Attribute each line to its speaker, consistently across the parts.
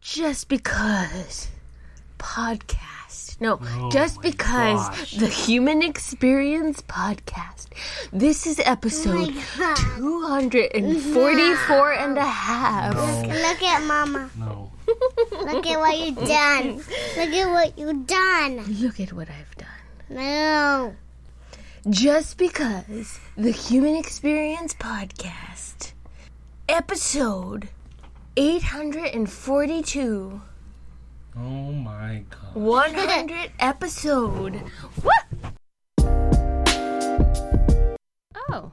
Speaker 1: just because podcast. No, just because
Speaker 2: gosh.
Speaker 1: the Human Experience podcast. This is episode
Speaker 3: God.
Speaker 1: 244 and a half.
Speaker 3: Look at mama.
Speaker 2: No.
Speaker 3: Look at what you've done. Look at what you've done.
Speaker 1: Look at what I've done.
Speaker 3: No.
Speaker 1: Just because the Human Experience Podcast, episode 842,
Speaker 2: Oh my god.
Speaker 1: 100 episode. What? Oh,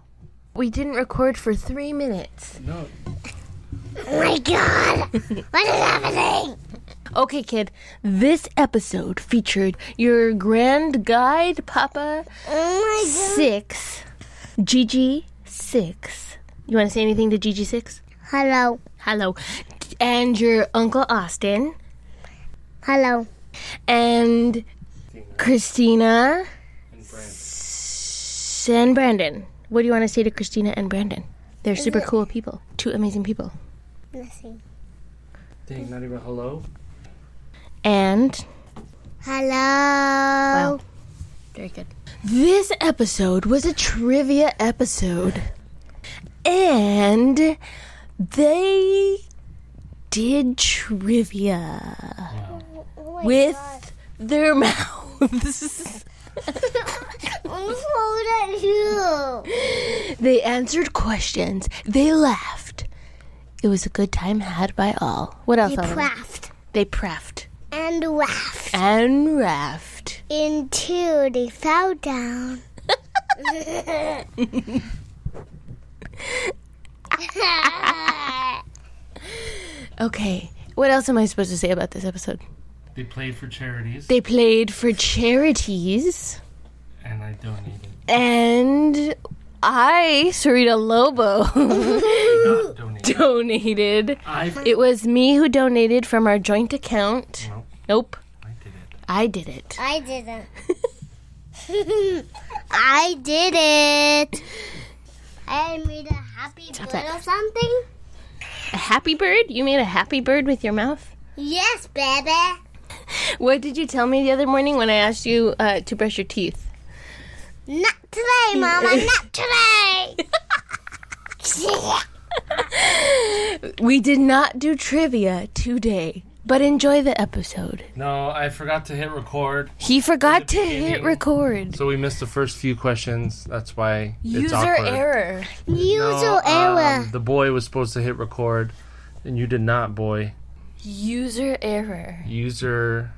Speaker 1: we didn't record for three minutes.
Speaker 2: No.
Speaker 3: Oh my God. What is happening?
Speaker 1: Okay, kid, this episode featured your grand guide, Papa
Speaker 3: Oh my God.
Speaker 1: Six, Gigi Six. You want to say anything to Gigi Six?
Speaker 3: Hello.
Speaker 1: Hello. And your Uncle Austin
Speaker 3: Hello.
Speaker 1: and Christina
Speaker 2: And Brandon.
Speaker 1: s- and Brandon. What do you want to say to Christina and Brandon? They're super cool people. Two amazing people.
Speaker 3: Nothing.
Speaker 2: Dang, not even hello?
Speaker 1: And
Speaker 3: Hello.
Speaker 1: very good. This episode was a trivia episode. And they did trivia with their mouths.
Speaker 3: I'm cold at you.
Speaker 1: They answered questions. They laughed. It was a good time had by all. What else? Alana?
Speaker 3: Craft
Speaker 1: They praffed
Speaker 3: and waft
Speaker 1: and raft.
Speaker 3: until they fell down.
Speaker 1: Okay. What else am I supposed to say about this episode?
Speaker 2: They played for charities,
Speaker 1: They played for charities,
Speaker 2: and I donated.
Speaker 1: and I, Sarita Lobo,
Speaker 2: Not donated.
Speaker 1: donated.
Speaker 2: I. No,
Speaker 1: It was me who donated from our joint account. Nope,
Speaker 2: I did it.
Speaker 1: I did it.
Speaker 3: I didn't. I did it. I made a happy
Speaker 1: Stop
Speaker 3: bird
Speaker 1: it.
Speaker 3: or something.
Speaker 1: A happy bird? You made a happy bird with your mouth?
Speaker 3: Yes, baby.
Speaker 1: What did you tell me the other morning when I asked you uh, to brush your teeth?
Speaker 3: Not today, Mama. Not today.
Speaker 1: We did not do trivia today, but enjoy the episode.
Speaker 2: No, I forgot to hit record,
Speaker 1: He forgot to hit
Speaker 2: beginning.
Speaker 1: record.
Speaker 2: so we missed the first few questions. That's why it's
Speaker 1: User
Speaker 2: awkward.
Speaker 1: error.
Speaker 2: No,
Speaker 3: Usual
Speaker 2: um,
Speaker 3: error.
Speaker 2: the boy was supposed to hit record, and you did not, boy.
Speaker 1: User error
Speaker 2: User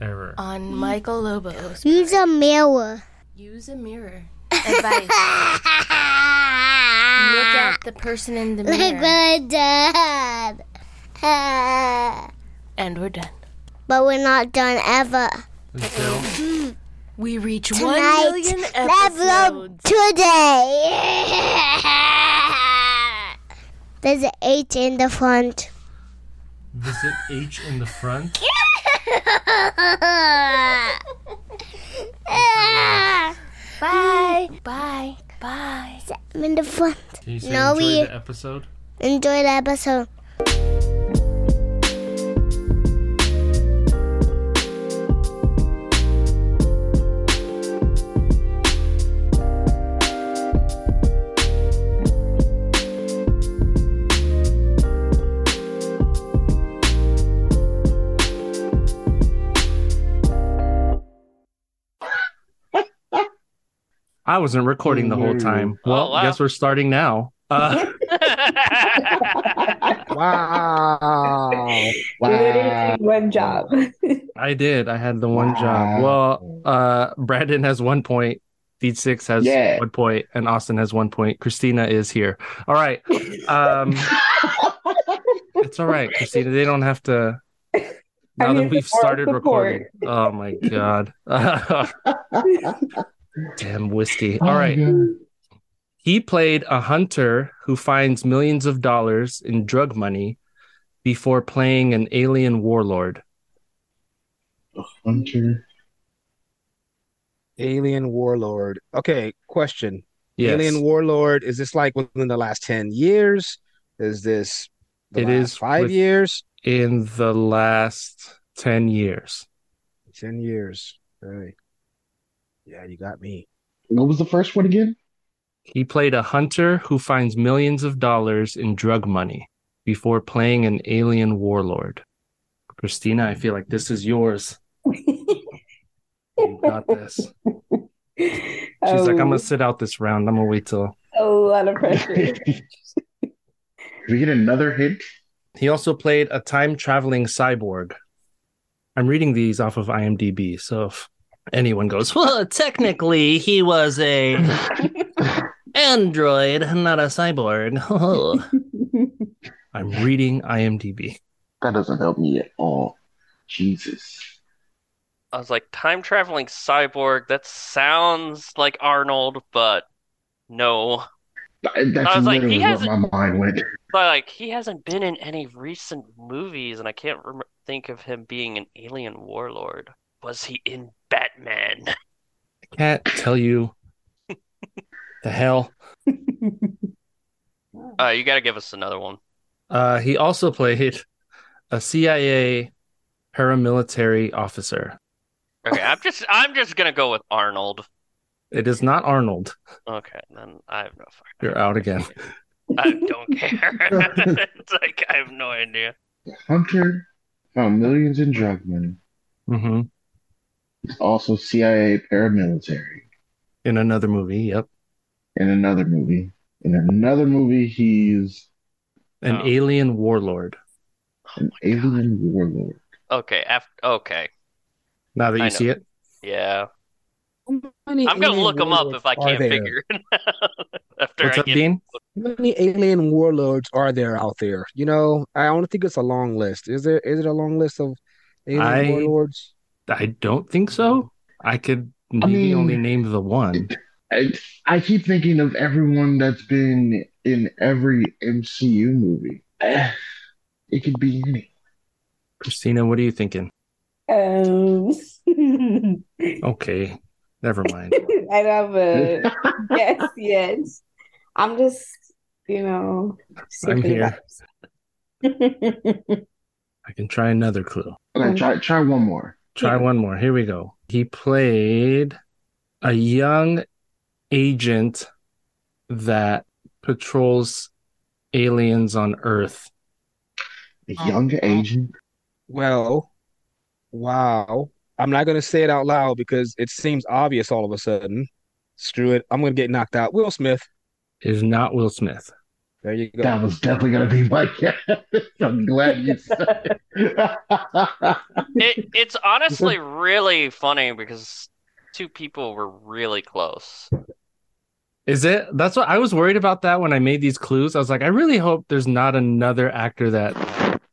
Speaker 2: error.
Speaker 1: on Michael Lobo's
Speaker 3: Use a mirror.
Speaker 1: Use a mirror. Advice. Look at the person in the
Speaker 3: Like
Speaker 1: mirror.
Speaker 3: my dad.
Speaker 1: And we're done.
Speaker 3: but we're not done ever.
Speaker 2: Until
Speaker 1: We reach
Speaker 3: Tonight,
Speaker 1: 1 million
Speaker 3: Level
Speaker 1: episodes.
Speaker 3: today. There's an H in the front.
Speaker 2: is it H in the front?
Speaker 1: Bye. Bye. Bye.
Speaker 3: I'm in the front.
Speaker 2: Can you say
Speaker 3: No,
Speaker 2: enjoy
Speaker 3: we-
Speaker 2: the episode?
Speaker 3: Enjoy the episode.
Speaker 2: I wasn't recording the whole time. Well, I guess we're starting now. Uh,
Speaker 4: Wow.
Speaker 2: Ah,
Speaker 5: Literally one job.
Speaker 2: I did. I had the one
Speaker 4: Wow.
Speaker 2: job. Well, uh, Brandon has one point. Deed Six has
Speaker 4: Yeah.
Speaker 2: one point, and Austin has one point. Christina is here. All right. Um, it's all right, Christina. They don't have to. Now
Speaker 5: mean,
Speaker 2: that we've
Speaker 5: support,
Speaker 2: started
Speaker 5: support.
Speaker 2: recording. Oh my god. Damn whiskey.
Speaker 4: Oh,
Speaker 2: All right. He played a hunter who finds millions of dollars in drug money before playing an alien warlord.
Speaker 4: Hunter.
Speaker 6: Alien Warlord. Okay, question.
Speaker 2: Yes,
Speaker 6: Alien Warlord, is this like within the last 10 years? Is this the
Speaker 2: It
Speaker 6: last
Speaker 2: is
Speaker 6: five
Speaker 2: with-
Speaker 6: years?
Speaker 2: in the last 10 years?
Speaker 6: 10 years. All right. Yeah, you got me.
Speaker 7: What was the first one again?
Speaker 2: He played a hunter who finds millions of dollars in drug money before playing an alien warlord. Christina, I feel like this is yours. You got this. She's
Speaker 5: She's
Speaker 2: like, I'm
Speaker 5: Oh.
Speaker 2: gonna sit out this round. I'm gonna wait till.
Speaker 5: Um, a lot of pressure.
Speaker 7: Did we get another hint?
Speaker 2: He also played a time traveling cyborg. I'm reading these off of IMDb, so if anyone goes, well, technically he was a android, not a cyborg. I'm reading IMDb.
Speaker 7: That doesn't help me at all. Jesus.
Speaker 8: I was like, time traveling cyborg, that sounds like Arnold, but no.
Speaker 7: Th- That's
Speaker 8: I was like,
Speaker 7: literally
Speaker 8: he
Speaker 7: what
Speaker 8: hasn't-
Speaker 7: my mind went.
Speaker 8: But like, he hasn't been in any recent movies, and I can't rem- think of him being an alien warlord. Was he in Batman?
Speaker 2: I can't tell you the hell.
Speaker 8: Uh, you gotta give us another one.
Speaker 2: Uh, he also played a CIA paramilitary officer.
Speaker 8: Okay, I'm just, I'm just gonna go with Arnold.
Speaker 2: It is not Arnold.
Speaker 8: Okay, then I have no fucking.
Speaker 2: You're out again.
Speaker 8: I don't care. it's like I have no idea.
Speaker 7: Hunter found millions in drug money.
Speaker 8: Mm-hmm.
Speaker 2: hmm
Speaker 7: He's also CIA paramilitary
Speaker 2: In another movie. Yep.
Speaker 7: in another movie. In another movie, he's
Speaker 2: An
Speaker 8: Oh.
Speaker 2: alien warlord.
Speaker 8: Oh
Speaker 7: an
Speaker 8: my God.
Speaker 7: alien warlord.
Speaker 8: Okay, after, okay,
Speaker 2: Now that you
Speaker 8: I know.
Speaker 2: see it,
Speaker 8: yeah.
Speaker 6: I'm
Speaker 8: I'm gonna look him up if I can't figure it out after
Speaker 2: what's
Speaker 8: I
Speaker 2: up,
Speaker 8: get
Speaker 2: Dean?
Speaker 6: How many alien warlords are there out there? You know, I don't think it's a long list. Is there? Is it a long list of alien
Speaker 2: I-
Speaker 6: warlords?
Speaker 2: I don't think so. I could maybe
Speaker 7: mean-
Speaker 2: only name the one.
Speaker 7: I, I keep thinking of everyone that's been in every MCU movie. Eh, It could be any.
Speaker 2: Christina, what are you thinking?
Speaker 5: Um,
Speaker 2: Okay, never mind.
Speaker 5: I don't have
Speaker 7: Uh,
Speaker 5: a guess yet. I'm just, you know,
Speaker 2: I'm
Speaker 5: surfing
Speaker 2: here.
Speaker 5: vibes.
Speaker 2: I can try another clue.
Speaker 7: Okay, try try one more.
Speaker 2: Try one more. Here we go. He played a young agent that patrols aliens on Earth.
Speaker 7: A young agent.
Speaker 6: Well, wow. I'm not gonna say it out loud because it seems obvious all of a sudden. Screw it. I'm gonna get knocked out. Will Smith.
Speaker 2: It Is not Will Smith.
Speaker 6: There you go.
Speaker 7: That was definitely gonna be my guess. I'm glad you said it.
Speaker 8: it, it's honestly really funny because two people were really close.
Speaker 2: Is it? That's what I was worried about that when I made these clues. I was like, I really hope there's not another actor that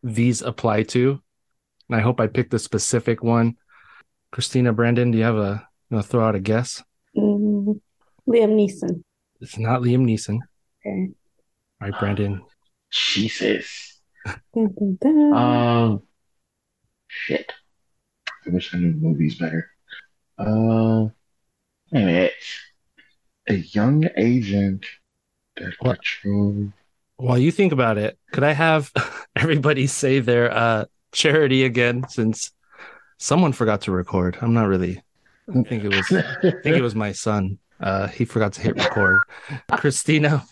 Speaker 2: these apply to. And I hope I picked the specific one. Christina Brandon, do you have a you wanna throw out a guess?
Speaker 5: Mm, Liam Neeson.
Speaker 2: It's not Liam Neeson.
Speaker 5: Okay.
Speaker 2: All right, Brandon.
Speaker 7: Jesus.
Speaker 5: Dun, dun, dun.
Speaker 2: Uh,
Speaker 7: Um, shit. I wish I knew movies better. Uh, wait a minute. A young agent that
Speaker 2: What?
Speaker 7: patrols.
Speaker 2: While you think about it, could I have everybody say their uh, charity again? Since someone forgot to record, I'm not really. I don't think it was. I think it was my son. Uh, he forgot to hit record. Christina,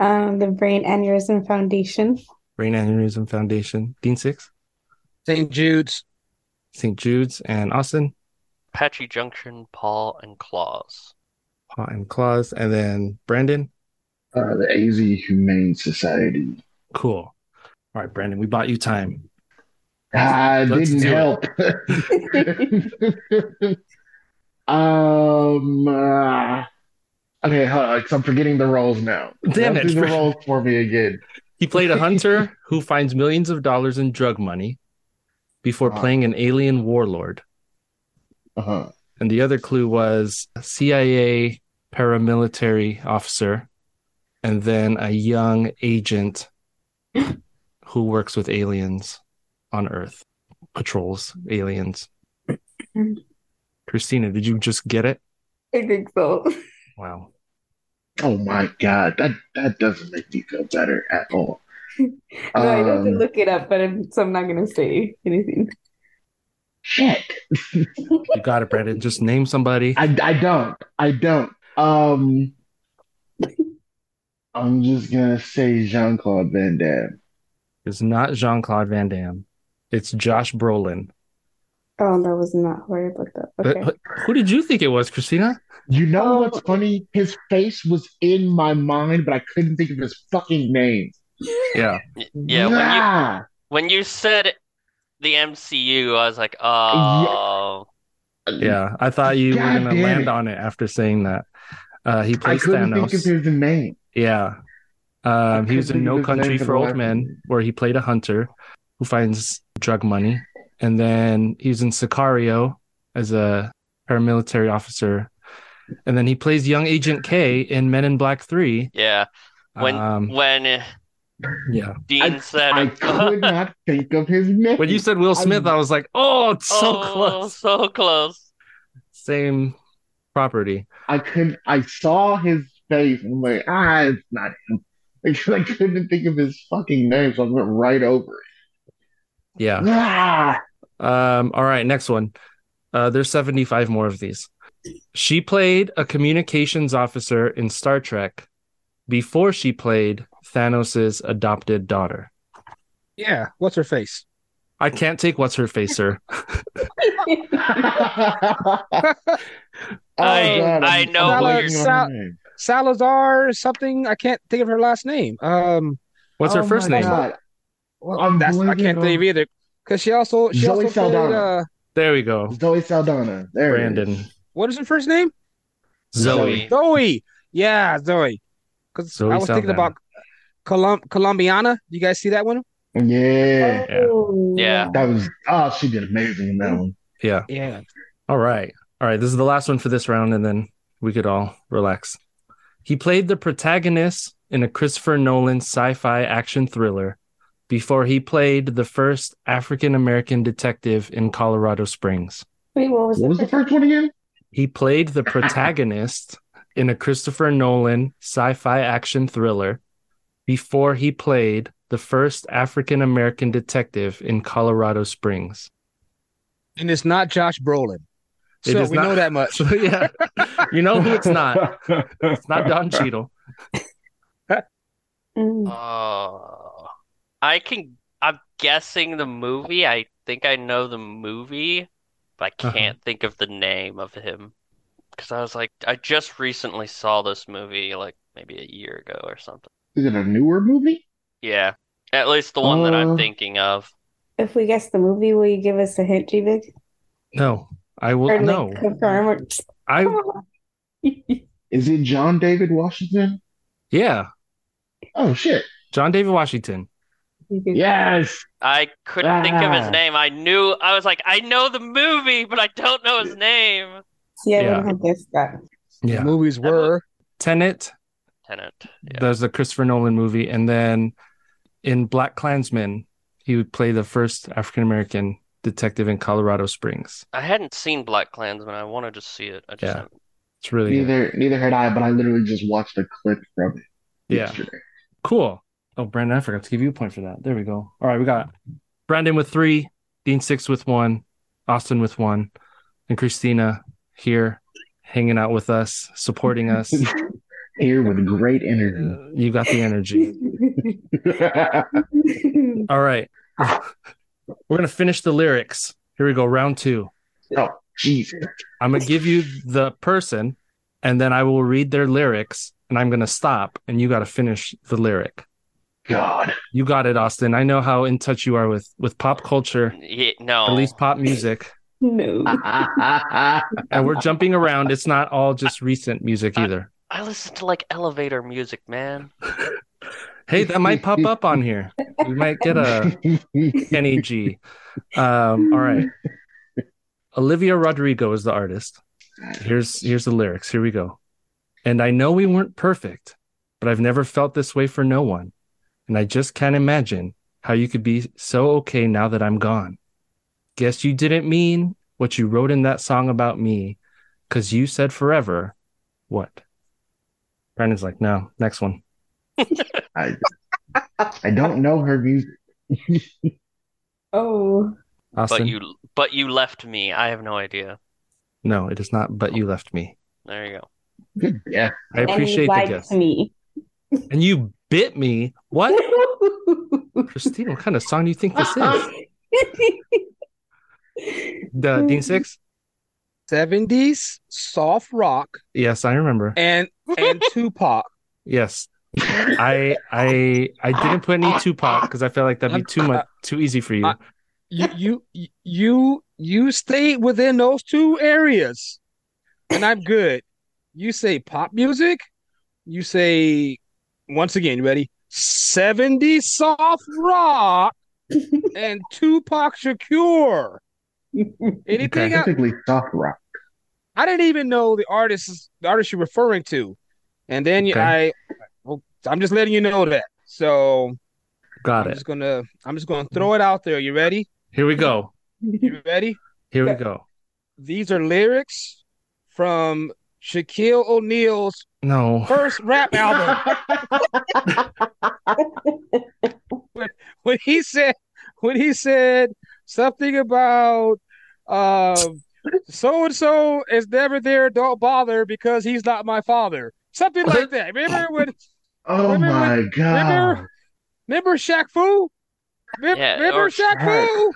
Speaker 5: Um, the Brain Aneurysm Foundation.
Speaker 2: Brain Aneurysm Foundation, Dean Six,
Speaker 6: St. Jude's.
Speaker 2: St. Jude's, and Austin,
Speaker 8: Patchy Junction, Paul, and Claus.
Speaker 2: Paw and Claus, and then Brandon.
Speaker 7: Uh, the AZ Humane Society.
Speaker 2: Cool. All right, Brandon, we bought you time.
Speaker 7: I
Speaker 2: Let's
Speaker 7: Ah, didn't
Speaker 2: do it.
Speaker 7: help. um. uh, okay, hold on, 'cause I'm forgetting the roles now.
Speaker 2: Damn
Speaker 7: Run
Speaker 2: it,
Speaker 7: through the
Speaker 2: Fred.
Speaker 7: roles for me again.
Speaker 2: He played a hunter who finds millions of dollars in drug money before
Speaker 7: Wow.
Speaker 2: playing an alien warlord.
Speaker 7: Uh huh.
Speaker 2: And the other clue was a CIA paramilitary officer and then a young agent who works with aliens on Earth, patrols aliens. Christina, did you just get it?
Speaker 5: I think so.
Speaker 2: Wow.
Speaker 7: Oh my God, that that doesn't make me feel better at all.
Speaker 5: No, I'd have to
Speaker 7: Um,
Speaker 5: look it up, but I'm, so I'm not gonna say anything.
Speaker 7: Shit.
Speaker 2: You got it, Brandon. Just name somebody.
Speaker 7: I, I don't. I don't. Um, I'm just gonna say Jean Claude Van Damme.
Speaker 2: It's not Jean Claude Van Damme. It's Josh Brolin.
Speaker 5: Oh, that was not where I looked up.
Speaker 2: But
Speaker 5: Okay.
Speaker 2: who- who did you think it was, Christina?
Speaker 7: You know
Speaker 5: Oh.
Speaker 7: what's funny? His face was in my mind, but I couldn't think of his fucking name.
Speaker 2: Yeah.
Speaker 8: Y- Yeah, when you
Speaker 7: Yeah.
Speaker 8: when you said the MCU, I was like, oh,
Speaker 2: Yeah. I thought you were
Speaker 7: God
Speaker 2: going to
Speaker 7: damn
Speaker 2: land
Speaker 7: it.
Speaker 2: on it after saying that. Uh, he
Speaker 7: I
Speaker 2: plays
Speaker 7: couldn't
Speaker 2: Thanos.
Speaker 7: think of his name.
Speaker 2: Yeah. Um, he was
Speaker 7: couldn't
Speaker 2: in
Speaker 7: think
Speaker 2: No
Speaker 7: of his name
Speaker 2: Country
Speaker 7: for
Speaker 2: for
Speaker 7: the
Speaker 2: Old
Speaker 7: life of me.
Speaker 2: Men, where he played a hunter who finds drug money. And then he was in Sicario as a paramilitary officer. And then he plays young Agent K in Men in Black 3.
Speaker 8: yeah. When
Speaker 2: Um,
Speaker 8: when
Speaker 2: yeah.
Speaker 8: Dean said, oh,
Speaker 7: I could not think of his name.
Speaker 2: When you said Will Smith, I, was like, oh, it's so
Speaker 8: "Oh,
Speaker 2: close.
Speaker 8: so close."
Speaker 2: Same property.
Speaker 7: I couldn't. I saw his face. And I'm like, ah, it's not him. Because I couldn't think of his fucking name, so I went right over it.
Speaker 2: Yeah.
Speaker 7: Ah,
Speaker 2: Um, all right, next one. Uh, there's 75 more of these. She played a communications officer in Star Trek before she played Thanos' adopted daughter.
Speaker 6: Yeah, what's her face?
Speaker 2: I can't take what's her face, sir.
Speaker 8: I-
Speaker 7: Oh, God,
Speaker 8: I
Speaker 7: I'm-
Speaker 8: know
Speaker 7: I'm
Speaker 8: what
Speaker 7: blanking on
Speaker 8: you're-
Speaker 7: her
Speaker 6: Sal-
Speaker 7: name.
Speaker 6: Salazar something. I can't think of her last name. Um,
Speaker 2: What's her
Speaker 7: Oh
Speaker 2: first
Speaker 7: my
Speaker 2: name?
Speaker 7: God.
Speaker 6: well,
Speaker 7: I'm
Speaker 6: that's I
Speaker 7: blanking
Speaker 6: can't think of
Speaker 7: on-
Speaker 6: either. Cause she also she
Speaker 7: Zoe
Speaker 6: also played,
Speaker 7: Saldana.
Speaker 6: uh,
Speaker 2: There we go.
Speaker 7: Zoe Saldana. There it
Speaker 2: Brandon.
Speaker 7: is.
Speaker 6: what is her first name?
Speaker 2: Zoe.
Speaker 7: Zoe.
Speaker 6: Zoe. Yeah, Zoe. Because
Speaker 2: Zoe
Speaker 6: I was thinking
Speaker 2: Saldana.
Speaker 6: about Colum- Colombiana. You guys see that one?
Speaker 7: Yeah.
Speaker 5: Oh,
Speaker 8: Yeah.
Speaker 7: That was oh, she did amazing in that one.
Speaker 2: Yeah.
Speaker 6: Yeah.
Speaker 2: All right. All right. This is the last one for this round, and then we could all relax. He played the protagonist in a Christopher Nolan sci fi action thriller before he played the first African American detective in Colorado Springs.
Speaker 5: Wait, what was
Speaker 7: What was
Speaker 5: it?
Speaker 7: the first one again?
Speaker 2: He played the protagonist in a Christopher Nolan sci fi action thriller before he played the first African American detective in Colorado Springs.
Speaker 6: And it's not Josh Brolin.
Speaker 2: It
Speaker 6: So
Speaker 2: is
Speaker 6: we
Speaker 2: not-
Speaker 6: know that much.
Speaker 2: So, yeah, you know who it's not. It's not Don Cheadle.
Speaker 5: Mm.
Speaker 8: Oh, I can. I'm guessing the movie. I think I know the movie, but I
Speaker 2: Uh-huh.
Speaker 8: can't think of the name of him because I was like, I just recently saw this movie like maybe a year ago or something.
Speaker 7: Is it a newer movie?
Speaker 8: Yeah, at least the one that I'm
Speaker 2: Oh.
Speaker 7: Uh,
Speaker 8: thinking of.
Speaker 5: If we guess the movie, will you give us a hint, G-Big?
Speaker 2: No, I will.
Speaker 5: Or like,
Speaker 2: no,
Speaker 5: confirm or
Speaker 2: I.
Speaker 7: Is it John David Washington?
Speaker 2: Yeah,
Speaker 7: Oh shit.
Speaker 2: John David Washington.
Speaker 5: You could-
Speaker 7: Yes.
Speaker 8: I couldn't think of his
Speaker 7: Ah.
Speaker 8: name. I knew. I was like, I know the movie, but I don't know his name.
Speaker 5: Yeah, I
Speaker 2: Yeah.
Speaker 5: wouldn't have guessed that.
Speaker 6: The movies were
Speaker 2: Tenet.
Speaker 8: Tenant. Yeah.
Speaker 2: There's the Christopher Nolan movie, and then in Black Klansman, he would play the first African American detective in Colorado Springs.
Speaker 8: I hadn't seen Black Klansman. I wanted to see it. I just
Speaker 2: Yeah.
Speaker 8: haven't.
Speaker 2: It's really good.
Speaker 7: Neither neither had I, but I literally just watched a clip from it
Speaker 2: yeah,
Speaker 7: yesterday.
Speaker 2: cool. Oh, Brandon, I forgot to give you a point for that. There we go. All right, we got Brandon with three, Dean six with one, Austin with one, and Christina here hanging out with us, supporting us.
Speaker 7: Here with great energy.
Speaker 2: you got the energy. All right. We're going to finish the lyrics. Here we go, round two.
Speaker 7: oh, Jesus.
Speaker 2: I'm going to give you the person, and then I will read their lyrics, and I'm going to stop, and you got to finish the lyric.
Speaker 7: God.
Speaker 2: You got it, Austin. I know how in touch you are with, with pop culture,
Speaker 8: Yeah, no.
Speaker 2: at least pop music.
Speaker 5: no.
Speaker 2: And we're jumping around. It's not all just recent music either.
Speaker 8: I listen to like elevator music, man.
Speaker 2: Hey, that might pop up on here. We might get a Kenny G. Um, all right. Olivia Rodrigo is the artist. here's here's the lyrics here we go and i know we weren't perfect but i've never felt this way for no one and i just can't imagine how you could be so okay now that i'm gone guess you didn't mean what you wrote in that song about me because you said forever what brandon's like no next one
Speaker 7: I, I don't know her music.
Speaker 5: Oh,
Speaker 2: Austin?
Speaker 8: But you, but you left me. I have no idea.
Speaker 2: No, it is not. But you left me.
Speaker 8: There you go.
Speaker 7: Good guess.
Speaker 2: I appreciate
Speaker 5: and you
Speaker 2: the
Speaker 5: lied
Speaker 2: gift.
Speaker 5: to me.
Speaker 2: And you bit me. What, Christine? What kind of song do you think this is?
Speaker 5: Uh-uh.
Speaker 2: The Dean Six?
Speaker 6: 70s soft rock
Speaker 2: Yes, I remember.
Speaker 6: and and Tupac.
Speaker 2: Yes, I I I didn't put any Tupac because I felt like that'd be too much, too easy for you.
Speaker 6: I- You you you you stay within those two areas, and I'm good. You say pop music. You say once again. You ready? 70s soft rock and Tupac Shakur. Anything else?
Speaker 7: Technically soft rock.
Speaker 6: I didn't even know the artist the artist you're referring to, and then you I, well, I'm just letting you know that. So
Speaker 2: Got
Speaker 6: I'm
Speaker 2: it.
Speaker 6: just gonna I'm just gonna throw it out there. You ready?
Speaker 2: Here we go.
Speaker 6: You ready?
Speaker 2: Here we go.
Speaker 6: These are lyrics from Shaquille O'Neal's
Speaker 2: No,
Speaker 6: first rap album when he said when he said something about um so and so is never there. Don't bother because he's not my father. Something like that. Remember when
Speaker 7: Oh
Speaker 6: Remember
Speaker 7: my god.
Speaker 6: remember- Remember Shaq Fu? Remember,
Speaker 8: Yeah, oh,
Speaker 6: remember
Speaker 8: or-
Speaker 6: Shaq Fu?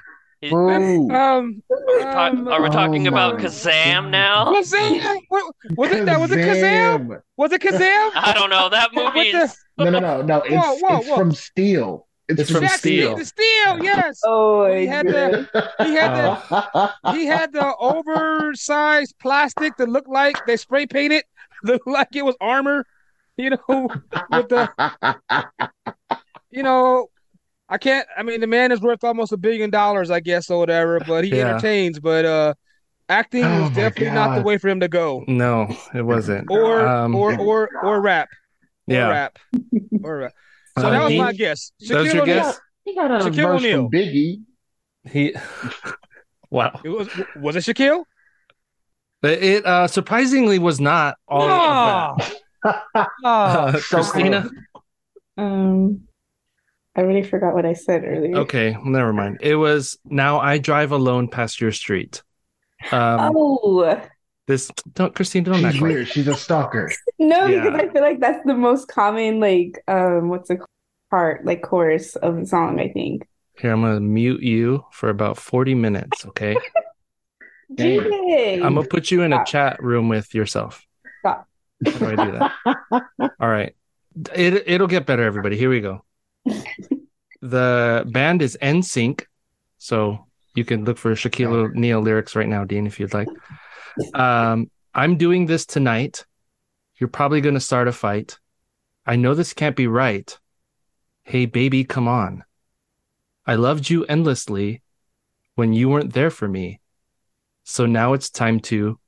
Speaker 7: Ooh.
Speaker 6: Um,
Speaker 8: Are we, talk-
Speaker 6: um,
Speaker 8: are we
Speaker 7: oh
Speaker 8: talking about
Speaker 7: my
Speaker 8: Kazam
Speaker 7: God.
Speaker 8: now?
Speaker 6: Kazam? Wa- Was it that? Was it Kazam?
Speaker 7: Kazam!
Speaker 6: Was it Kazam?
Speaker 8: I don't know. That
Speaker 6: What
Speaker 8: movie
Speaker 6: the-
Speaker 8: is.
Speaker 7: No, no, no, no. It's,
Speaker 6: Whoa, whoa,
Speaker 7: it's
Speaker 6: whoa.
Speaker 7: from Steel.
Speaker 2: It's from
Speaker 6: Shaq Fu,
Speaker 2: Steel.
Speaker 6: The Steel, yes.
Speaker 5: oh,
Speaker 6: He had the he had the
Speaker 7: the.
Speaker 6: he had the oversized plastic that looked like they spray painted, looked like it was armor. You know, with the you know, I can't. I mean, the man is worth almost a billion dollars, I guess, or whatever. But he
Speaker 2: Yeah.
Speaker 6: entertains. But uh, acting
Speaker 7: Oh
Speaker 6: was
Speaker 7: my
Speaker 6: definitely not the
Speaker 7: God.
Speaker 6: way for him to go.
Speaker 2: no, it wasn't.
Speaker 7: Uh,
Speaker 6: Or
Speaker 2: Um,
Speaker 6: or or or rap. Or
Speaker 2: Yeah.
Speaker 6: rap. Or rap. So
Speaker 2: Uh,
Speaker 6: that was
Speaker 2: Dean,
Speaker 6: my guess.
Speaker 2: that was
Speaker 6: Shaquille
Speaker 2: your
Speaker 6: O'Neal.
Speaker 2: guess?
Speaker 4: He got out of
Speaker 6: Shaquille
Speaker 7: Verse from
Speaker 6: O'Neal.
Speaker 7: Biggie.
Speaker 2: He. Wow.
Speaker 6: It was was it Shaquille?
Speaker 2: But It uh, surprisingly was not all of that.
Speaker 6: Ah.
Speaker 2: Uh,
Speaker 7: So
Speaker 2: Christina.
Speaker 7: close.
Speaker 5: um, I really forgot what I said earlier.
Speaker 2: Okay, never mind. It was now I drive alone past your street. Um,
Speaker 5: oh
Speaker 2: this don't Christine don't act
Speaker 7: She's
Speaker 2: like-
Speaker 7: weird. She's a stalker.
Speaker 5: no,
Speaker 2: yeah.
Speaker 5: because I feel like that's the most common like um, what's a part like chorus of the song. I think.
Speaker 2: Here, I'm gonna mute you for about 40 minutes, okay?
Speaker 7: Dang.
Speaker 5: Dang.
Speaker 2: I'm gonna put you in a chat room with yourself. How
Speaker 5: Stop.
Speaker 2: do I do that? All right. It it'll get better, everybody. Here we go. The band is NSYNC, so you can look for Shaquille O'Neal lyrics right now, Dean, if you'd like. Um, I'm doing this tonight. You're probably gonna start a fight. I know this can't be right. Hey, baby, come on. I loved you endlessly when you weren't there for me. So now it's time to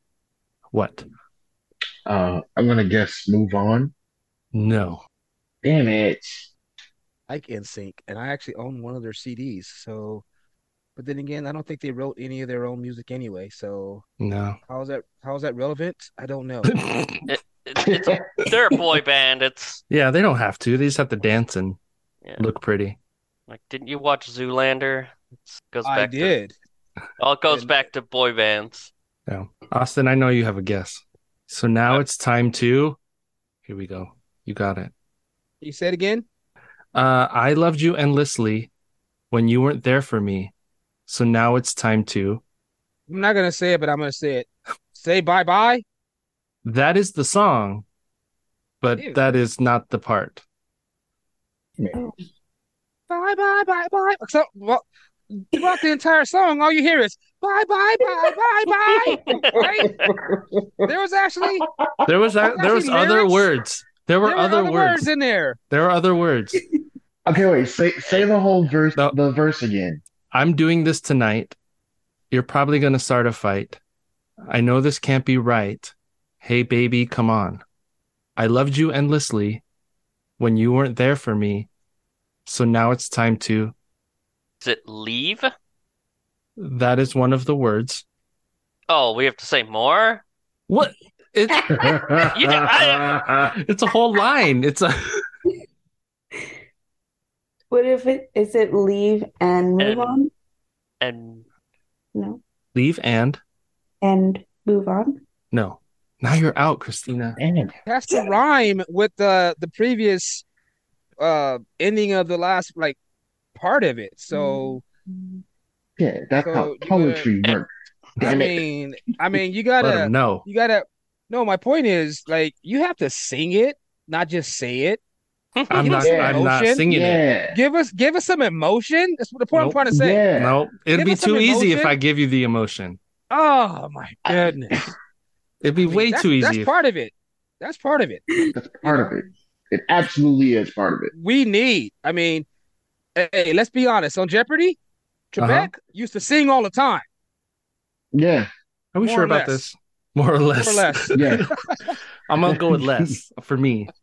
Speaker 2: what?
Speaker 7: Uh, I'm gonna guess. Move on.
Speaker 2: No.
Speaker 7: Damn it.
Speaker 6: like NSYNC, and I actually own one of their CDs. So, but then again, I don't think they wrote any of their own music anyway. So,
Speaker 2: No.
Speaker 6: how's that? How's that relevant? I don't know.
Speaker 8: It, it's a, they're a boy band. It's
Speaker 2: yeah, they don't have to. They just have to dance and
Speaker 8: yeah.
Speaker 2: look pretty.
Speaker 8: like, didn't you watch Zoolander? It goes back.
Speaker 6: I
Speaker 8: to-
Speaker 6: did.
Speaker 8: all goes
Speaker 6: And-
Speaker 8: back to boy bands.
Speaker 2: No. Austin, I know you have a guess. So now it's time to here we go. You got it.
Speaker 6: You said again.
Speaker 2: Uh I loved you endlessly when you weren't there for me. So now it's time to
Speaker 6: I'm not gonna say it, but I'm gonna say it. Say bye bye.
Speaker 2: that is the song, but
Speaker 6: Ew.
Speaker 2: that is not the part.
Speaker 6: Bye bye bye bye. So, well, throughout the entire song, all you hear is bye bye bye bye bye. Right? There was actually
Speaker 2: There was a, there was
Speaker 6: Actually,
Speaker 2: other
Speaker 6: Oh, lyrics?
Speaker 2: words. There were,
Speaker 6: there were
Speaker 2: other, words.
Speaker 6: in there.
Speaker 2: There are other words.
Speaker 7: Okay, wait. Say say the whole verse.
Speaker 2: No.
Speaker 7: The verse again.
Speaker 2: I'm doing this tonight. You're probably going to start a fight. I know this can't be right. Hey, baby, come on. I loved you endlessly when you weren't there for me. So now it's time to.
Speaker 8: Is it leave?
Speaker 2: That is one of the words.
Speaker 8: Oh, we have to say more.
Speaker 2: What? It,
Speaker 8: I-
Speaker 2: it's a whole line. It's a.
Speaker 5: What if it is it leave and move
Speaker 8: And-
Speaker 5: on?
Speaker 8: and
Speaker 5: No.
Speaker 2: Leave and
Speaker 5: And move on?
Speaker 2: no. Now you're out, Christina.
Speaker 7: And
Speaker 6: It has to rhyme with the the previous uh ending of the last like part of it. So
Speaker 7: yeah, that's
Speaker 6: So,
Speaker 7: how
Speaker 6: you
Speaker 7: poetry works.
Speaker 6: I
Speaker 7: Damn it.
Speaker 6: mean, I mean, you
Speaker 2: Let
Speaker 6: gotta
Speaker 2: him know.
Speaker 6: you gotta. No, my point is like you have to sing it, not just say it.
Speaker 2: I'm
Speaker 6: Give
Speaker 2: not.
Speaker 6: us some
Speaker 2: I'm not
Speaker 6: emotion.
Speaker 2: singing it.
Speaker 7: Yeah.
Speaker 6: Give us give us some emotion. That's what the point
Speaker 2: Nope.
Speaker 6: I'm trying to say.
Speaker 7: Yeah.
Speaker 2: No, it'd
Speaker 6: Give
Speaker 2: be
Speaker 6: us some
Speaker 2: too easy if
Speaker 6: emotion.
Speaker 2: I give you the emotion.
Speaker 6: Oh my goodness.
Speaker 2: It'd be
Speaker 6: I mean,
Speaker 2: way
Speaker 6: that's-
Speaker 2: too
Speaker 6: That's
Speaker 2: easy.
Speaker 6: part of it. That's part of it.
Speaker 7: That's part of it. It absolutely is part of it.
Speaker 6: We need. I mean, hey, let's be honest. On Jeopardy,
Speaker 2: Uh-huh.
Speaker 6: Trebek used to sing all the time.
Speaker 7: Yeah.
Speaker 2: Are we
Speaker 6: more
Speaker 2: sure
Speaker 6: or
Speaker 2: about
Speaker 6: less.
Speaker 2: this? More or less.
Speaker 6: less.
Speaker 7: Yeah.
Speaker 2: I'm gonna go with less for me.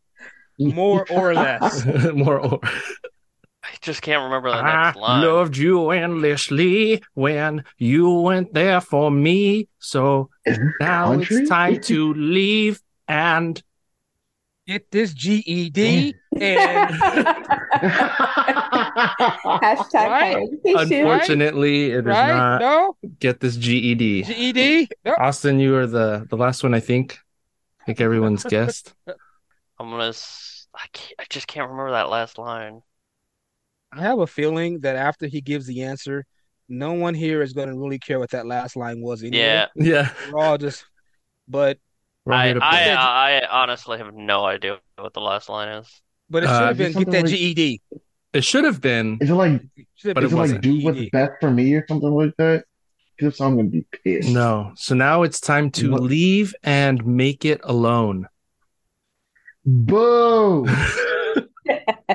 Speaker 6: More or less.
Speaker 2: More or.
Speaker 8: I just can't remember the
Speaker 2: I
Speaker 6: Uh-huh.
Speaker 8: next line.
Speaker 2: loved you endlessly when you went there for me. So now
Speaker 7: Country?
Speaker 2: it's time to leave and
Speaker 6: Get this E GED and
Speaker 5: Hashtag
Speaker 6: Right?
Speaker 5: higher education.
Speaker 2: unfortunately it is
Speaker 6: right?
Speaker 2: not
Speaker 6: No
Speaker 2: get this GED.
Speaker 6: GED. No.
Speaker 2: Austin, you are the the last one I think. I think everyone's guessed.
Speaker 8: I'm gonna. s- I can't, I just can't remember that last line.
Speaker 6: I have a feeling that after he gives the answer, no one here is going to really care what that last line was anyway.
Speaker 8: Yeah,
Speaker 2: Yeah.
Speaker 6: We're all just. But
Speaker 2: We're all
Speaker 8: I,
Speaker 2: here to
Speaker 8: I, uh,
Speaker 2: play.
Speaker 8: I, honestly have no idea what the last line is.
Speaker 6: but it should
Speaker 2: Uh,
Speaker 6: have been get
Speaker 7: something
Speaker 6: that E
Speaker 7: like-
Speaker 6: GED.
Speaker 2: it should have been
Speaker 7: Is it like
Speaker 6: Should have
Speaker 2: But
Speaker 6: been E
Speaker 2: it
Speaker 7: is it like
Speaker 2: wasn't.
Speaker 7: do what's
Speaker 6: GED.
Speaker 7: best for me or something like that? Because I'm gonna be pissed.
Speaker 2: no. So now it's time to
Speaker 7: What-
Speaker 2: leave and make it alone.
Speaker 7: Boo!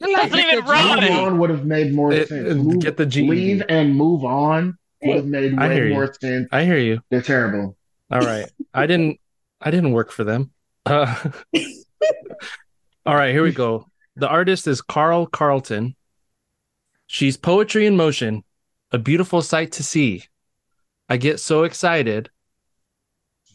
Speaker 8: Doesn't even
Speaker 7: Move
Speaker 8: rhyme.
Speaker 6: E
Speaker 7: on would have made more
Speaker 2: It-
Speaker 7: sense.
Speaker 2: and
Speaker 7: Move-
Speaker 2: get the GED.
Speaker 7: Leave and move on would have made
Speaker 2: I hear
Speaker 7: way
Speaker 2: you.
Speaker 7: more sense.
Speaker 2: I hear you.
Speaker 7: They're terrible.
Speaker 2: All right. I didn't I didn't work for them. Uh, all right, here we go. The artist is Carl Carlton. She's poetry in motion, a beautiful sight to see. I get so excited.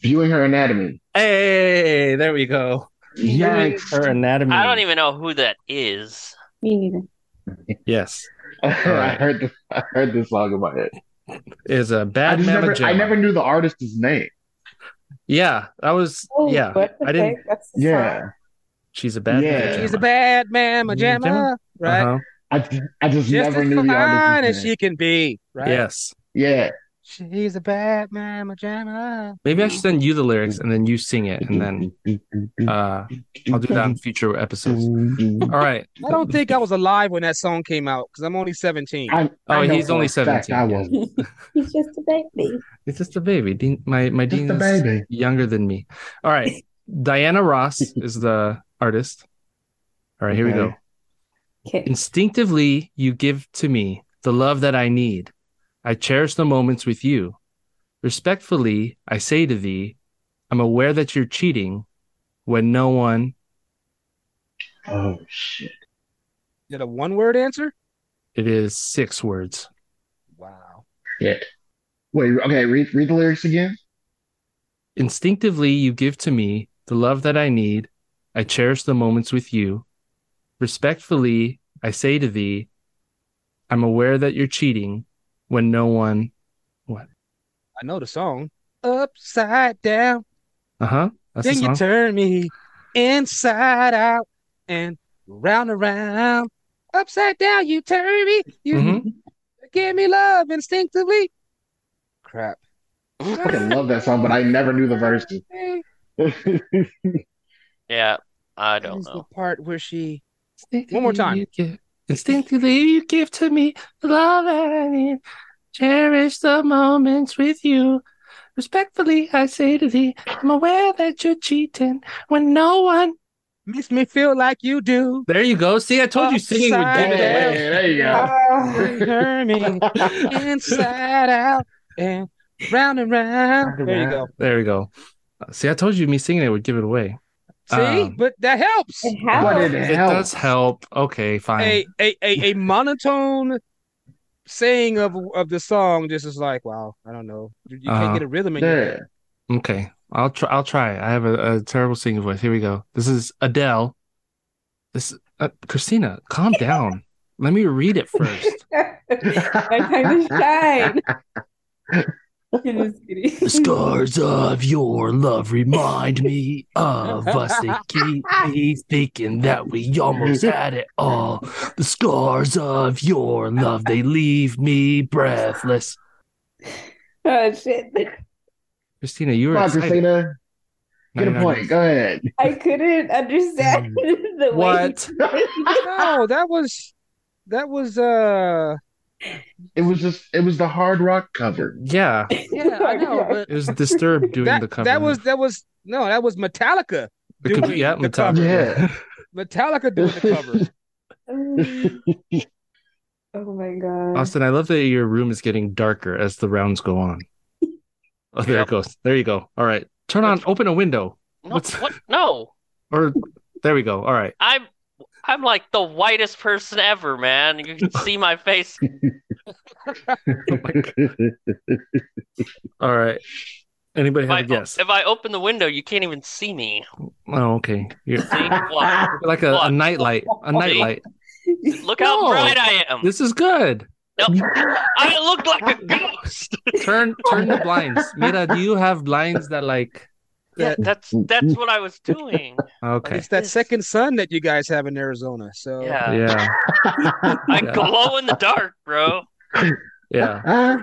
Speaker 7: Viewing her anatomy.
Speaker 2: Hey, there we go.
Speaker 7: Yikes.
Speaker 2: Her anatomy.
Speaker 8: I don't even know who that is.
Speaker 5: Me neither.
Speaker 2: Yes.
Speaker 7: I heard this. I heard this song in my head.
Speaker 2: Is a
Speaker 7: I
Speaker 2: bad
Speaker 7: just
Speaker 2: Mama
Speaker 7: never.
Speaker 2: Joe.
Speaker 7: I never knew the artist's name.
Speaker 2: Yeah, that was
Speaker 5: Oh,
Speaker 2: yeah.
Speaker 5: what the
Speaker 2: I didn't
Speaker 5: heck? That's the
Speaker 7: Yeah.
Speaker 5: song.
Speaker 2: she's a bad
Speaker 7: Yeah.
Speaker 2: Mama
Speaker 6: She's
Speaker 2: Jamma.
Speaker 6: a bad man,
Speaker 2: Mm,
Speaker 6: Majama,
Speaker 2: Gemma?
Speaker 6: right?
Speaker 2: Uh-huh.
Speaker 7: I just, I just,
Speaker 6: Just
Speaker 7: never
Speaker 6: as
Speaker 7: knew the
Speaker 6: fine as
Speaker 7: artist's name.
Speaker 6: she can be, right?
Speaker 2: Yes.
Speaker 7: Yeah,
Speaker 6: She's a bad man, Majama.
Speaker 2: Maybe I should send you the lyrics and then you sing it and then uh I'll do that in future episodes. All right.
Speaker 6: I don't think I was alive when that song came out because I'm only 17.
Speaker 2: Oh,
Speaker 7: I, I know
Speaker 2: he's
Speaker 7: for
Speaker 2: only
Speaker 7: a fact
Speaker 2: 17,
Speaker 7: I
Speaker 2: yeah.
Speaker 7: was
Speaker 5: He's just a baby.
Speaker 2: It's just a baby. Dean, my my
Speaker 7: just
Speaker 2: Dean
Speaker 7: a
Speaker 2: is
Speaker 7: baby.
Speaker 2: younger than me. All right. Diana Ross is the artist. All right, here we go.
Speaker 7: Okay.
Speaker 5: Okay.
Speaker 2: Instinctively, you give to me the love that I need. I cherish the moments with you. Respectfully, I say to thee, I'm aware that you're cheating when no one.
Speaker 7: Oh shit!
Speaker 6: Did a one word answer?
Speaker 2: It is six words.
Speaker 6: Wow.
Speaker 7: Shit. Wait. Okay. Read read the lyrics again.
Speaker 2: Instinctively, you give to me the love that I need. I cherish the moments with you. Respectfully, I say to thee, I'm aware that you're cheating when no one.
Speaker 6: I know the song. Upside down.
Speaker 2: Uh huh. That's
Speaker 6: then
Speaker 2: the
Speaker 6: you
Speaker 2: song.
Speaker 6: turn me inside out and round around. Upside down, you turn me. You
Speaker 2: Mhm.
Speaker 6: give me love instinctively. Crap.
Speaker 7: I fucking love that song, but I never knew the verses.
Speaker 8: Yeah, I
Speaker 6: That
Speaker 8: don't
Speaker 6: is the
Speaker 8: know.
Speaker 6: part where she. One more time.
Speaker 2: You give- instinctively, you give to me the love that I need. Cherish the moments with you. Respectfully, I say to thee, I'm aware that you're cheating when no one.
Speaker 6: Makes me feel like you do.
Speaker 2: There you go. See, I told you singing would give it away.
Speaker 7: Yeah, there you go.
Speaker 5: Ah.
Speaker 6: Turn me inside out and round and round. There you go.
Speaker 2: There we go. Uh, See, I told you me singing it would give it away.
Speaker 6: See,
Speaker 2: Um,
Speaker 6: but that helps.
Speaker 5: It
Speaker 7: What
Speaker 5: happened.
Speaker 7: did
Speaker 2: It does help. Okay, fine.
Speaker 6: A, a a a monotone saying of of the song just is like, wow, I don't know. You, you
Speaker 2: Uh-huh.
Speaker 6: can't get a rhythm in your
Speaker 7: Yeah.
Speaker 6: head.
Speaker 2: Okay, I'll try. I'll try. I have a, a terrible singing voice. Here we go. This is Adele. This uh, Christina, calm down. Let me read it first.
Speaker 5: My time to shine. I'm just kidding.
Speaker 2: The scars of your love remind me of us that keep me thinking that we almost had it all. The scars of your love, they leave me breathless.
Speaker 5: Oh shit!
Speaker 2: Christina, you were
Speaker 7: Come on,
Speaker 2: excited.
Speaker 7: Christina. Get
Speaker 2: No, you're
Speaker 7: a
Speaker 2: not
Speaker 7: point. Go ahead.
Speaker 5: I couldn't understand the way.
Speaker 2: What?
Speaker 6: No, that was that was uh
Speaker 7: It was just it was the hard rock cover.
Speaker 2: Yeah,
Speaker 6: yeah, I know, but
Speaker 2: it was disturbed doing
Speaker 6: that,
Speaker 2: the cover.
Speaker 6: that was that was no, that was Metallica.
Speaker 2: the cover-
Speaker 6: doing
Speaker 2: yeah,
Speaker 6: the
Speaker 2: Metallica.
Speaker 7: cover.
Speaker 6: Metallica doing the cover.
Speaker 5: Um, oh my god!
Speaker 2: Austin, I love that your room is getting darker as the rounds go on. Oh, there
Speaker 8: Yep.
Speaker 2: it goes. There you go. All right. Turn on, open a window.
Speaker 8: No,
Speaker 2: What's-
Speaker 8: what? No,
Speaker 2: Or there we go. All right.
Speaker 8: I'm I'm like the whitest person ever, man. You can see my face.
Speaker 2: All right. Anybody
Speaker 8: If
Speaker 2: have
Speaker 8: I,
Speaker 2: a guess?
Speaker 8: if I open the window, you can't even see me.
Speaker 2: Oh, okay. You're
Speaker 8: See? Look,
Speaker 2: like a, a
Speaker 8: What?
Speaker 2: nightlight. A nightlight.
Speaker 8: look how
Speaker 2: No.
Speaker 8: bright I am.
Speaker 2: This is good.
Speaker 8: No, I look like a ghost.
Speaker 2: Turn turn the blinds. Mira, do you have blinds that like
Speaker 8: Yeah, that's that's what I was doing.
Speaker 2: okay.
Speaker 6: It's that
Speaker 8: Yes.
Speaker 6: second sun that you guys have in Arizona. So
Speaker 8: Yeah,
Speaker 2: Yeah.
Speaker 8: I
Speaker 2: yeah.
Speaker 8: glow in the dark, bro.
Speaker 2: Yeah.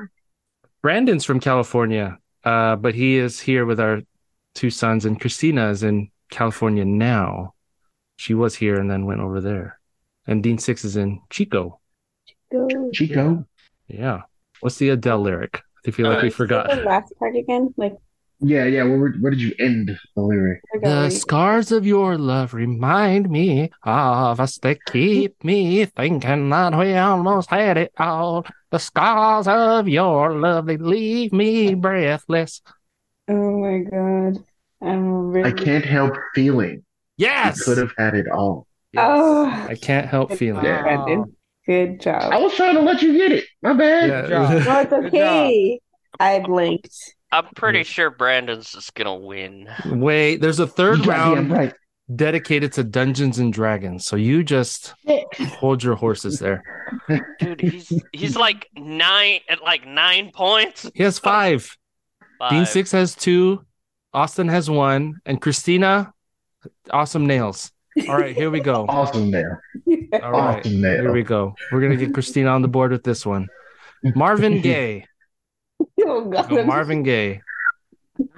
Speaker 2: Brandon's from California, uh, but he is here with our two sons, and Christina is in California now. She was here and then went over there. And Dean Six is in Chico.
Speaker 5: Go.
Speaker 7: Chico.
Speaker 2: Yeah. What's the Adele lyric? I feel like we
Speaker 5: The
Speaker 2: forgot.
Speaker 5: last part again, like
Speaker 7: Yeah, yeah. Where, were- where did you end the lyric?
Speaker 5: I forgot
Speaker 2: The
Speaker 5: where you-
Speaker 2: scars of your love remind me of us that keep me thinking that we almost had it all. The scars of your love, they leave me breathless.
Speaker 5: Oh my god! I'm really.
Speaker 7: I can't help feeling. You
Speaker 2: Yes.
Speaker 7: could have had it all.
Speaker 2: Yes.
Speaker 5: Oh.
Speaker 2: I can't help feeling.
Speaker 7: Yeah.
Speaker 5: Brandon, Good
Speaker 7: I
Speaker 5: job.
Speaker 7: was trying to let you get it. My bad.
Speaker 2: Yeah.
Speaker 6: job.
Speaker 5: No, it's
Speaker 6: Good
Speaker 5: okay. I blinked.
Speaker 8: I'm pretty sure Brandon's just gonna win.
Speaker 2: Wait, there's a third
Speaker 7: You
Speaker 2: round
Speaker 7: goddamn right.
Speaker 2: dedicated to Dungeons and Dragons. So you just hold your horses there.
Speaker 8: Dude, he's he's like nine at like nine points.
Speaker 2: He has five. Dean
Speaker 8: Five.
Speaker 2: Six has two. Austin has one. And Christina, awesome nails. All right, here we go. All
Speaker 7: Awesome there.
Speaker 2: right.
Speaker 7: Awesome
Speaker 2: Here
Speaker 7: there.
Speaker 2: we go. We're gonna get Christina on the board with this one. Marvin Gaye.
Speaker 5: Oh
Speaker 2: Go
Speaker 5: god!
Speaker 2: Marvin Gaye.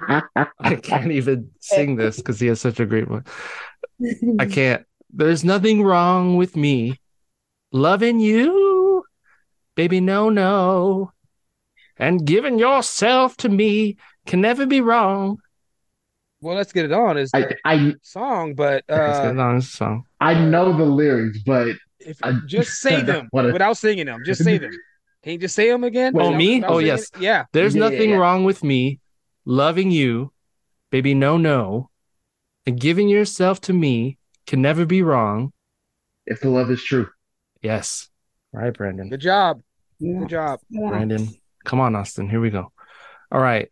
Speaker 2: I can't even sing this because he has such a great one. I can't. There's nothing wrong with me loving you, baby. No, no. And giving yourself to me can never be wrong.
Speaker 6: Well, let's get it on is
Speaker 7: I, I
Speaker 6: song, but
Speaker 2: It's a
Speaker 6: uh
Speaker 2: long song.
Speaker 7: I know the lyrics, but
Speaker 6: if
Speaker 7: I-
Speaker 6: just say them
Speaker 7: What a-
Speaker 6: without singing them. Just say them. Can you just say them again?
Speaker 7: Oh,
Speaker 6: Without-
Speaker 2: me?
Speaker 6: without
Speaker 2: Oh,
Speaker 6: singing
Speaker 2: yes.
Speaker 6: it? Yeah.
Speaker 2: There's
Speaker 7: Yeah, yeah,
Speaker 2: nothing
Speaker 7: yeah.
Speaker 2: wrong with me loving you, baby. No, no. And giving yourself to me can never be wrong.
Speaker 7: if the love is true,
Speaker 2: Yes. All right, Brandon.
Speaker 6: Good job. Good job.
Speaker 2: Brandon. Come on, Austin. Here we go. All right.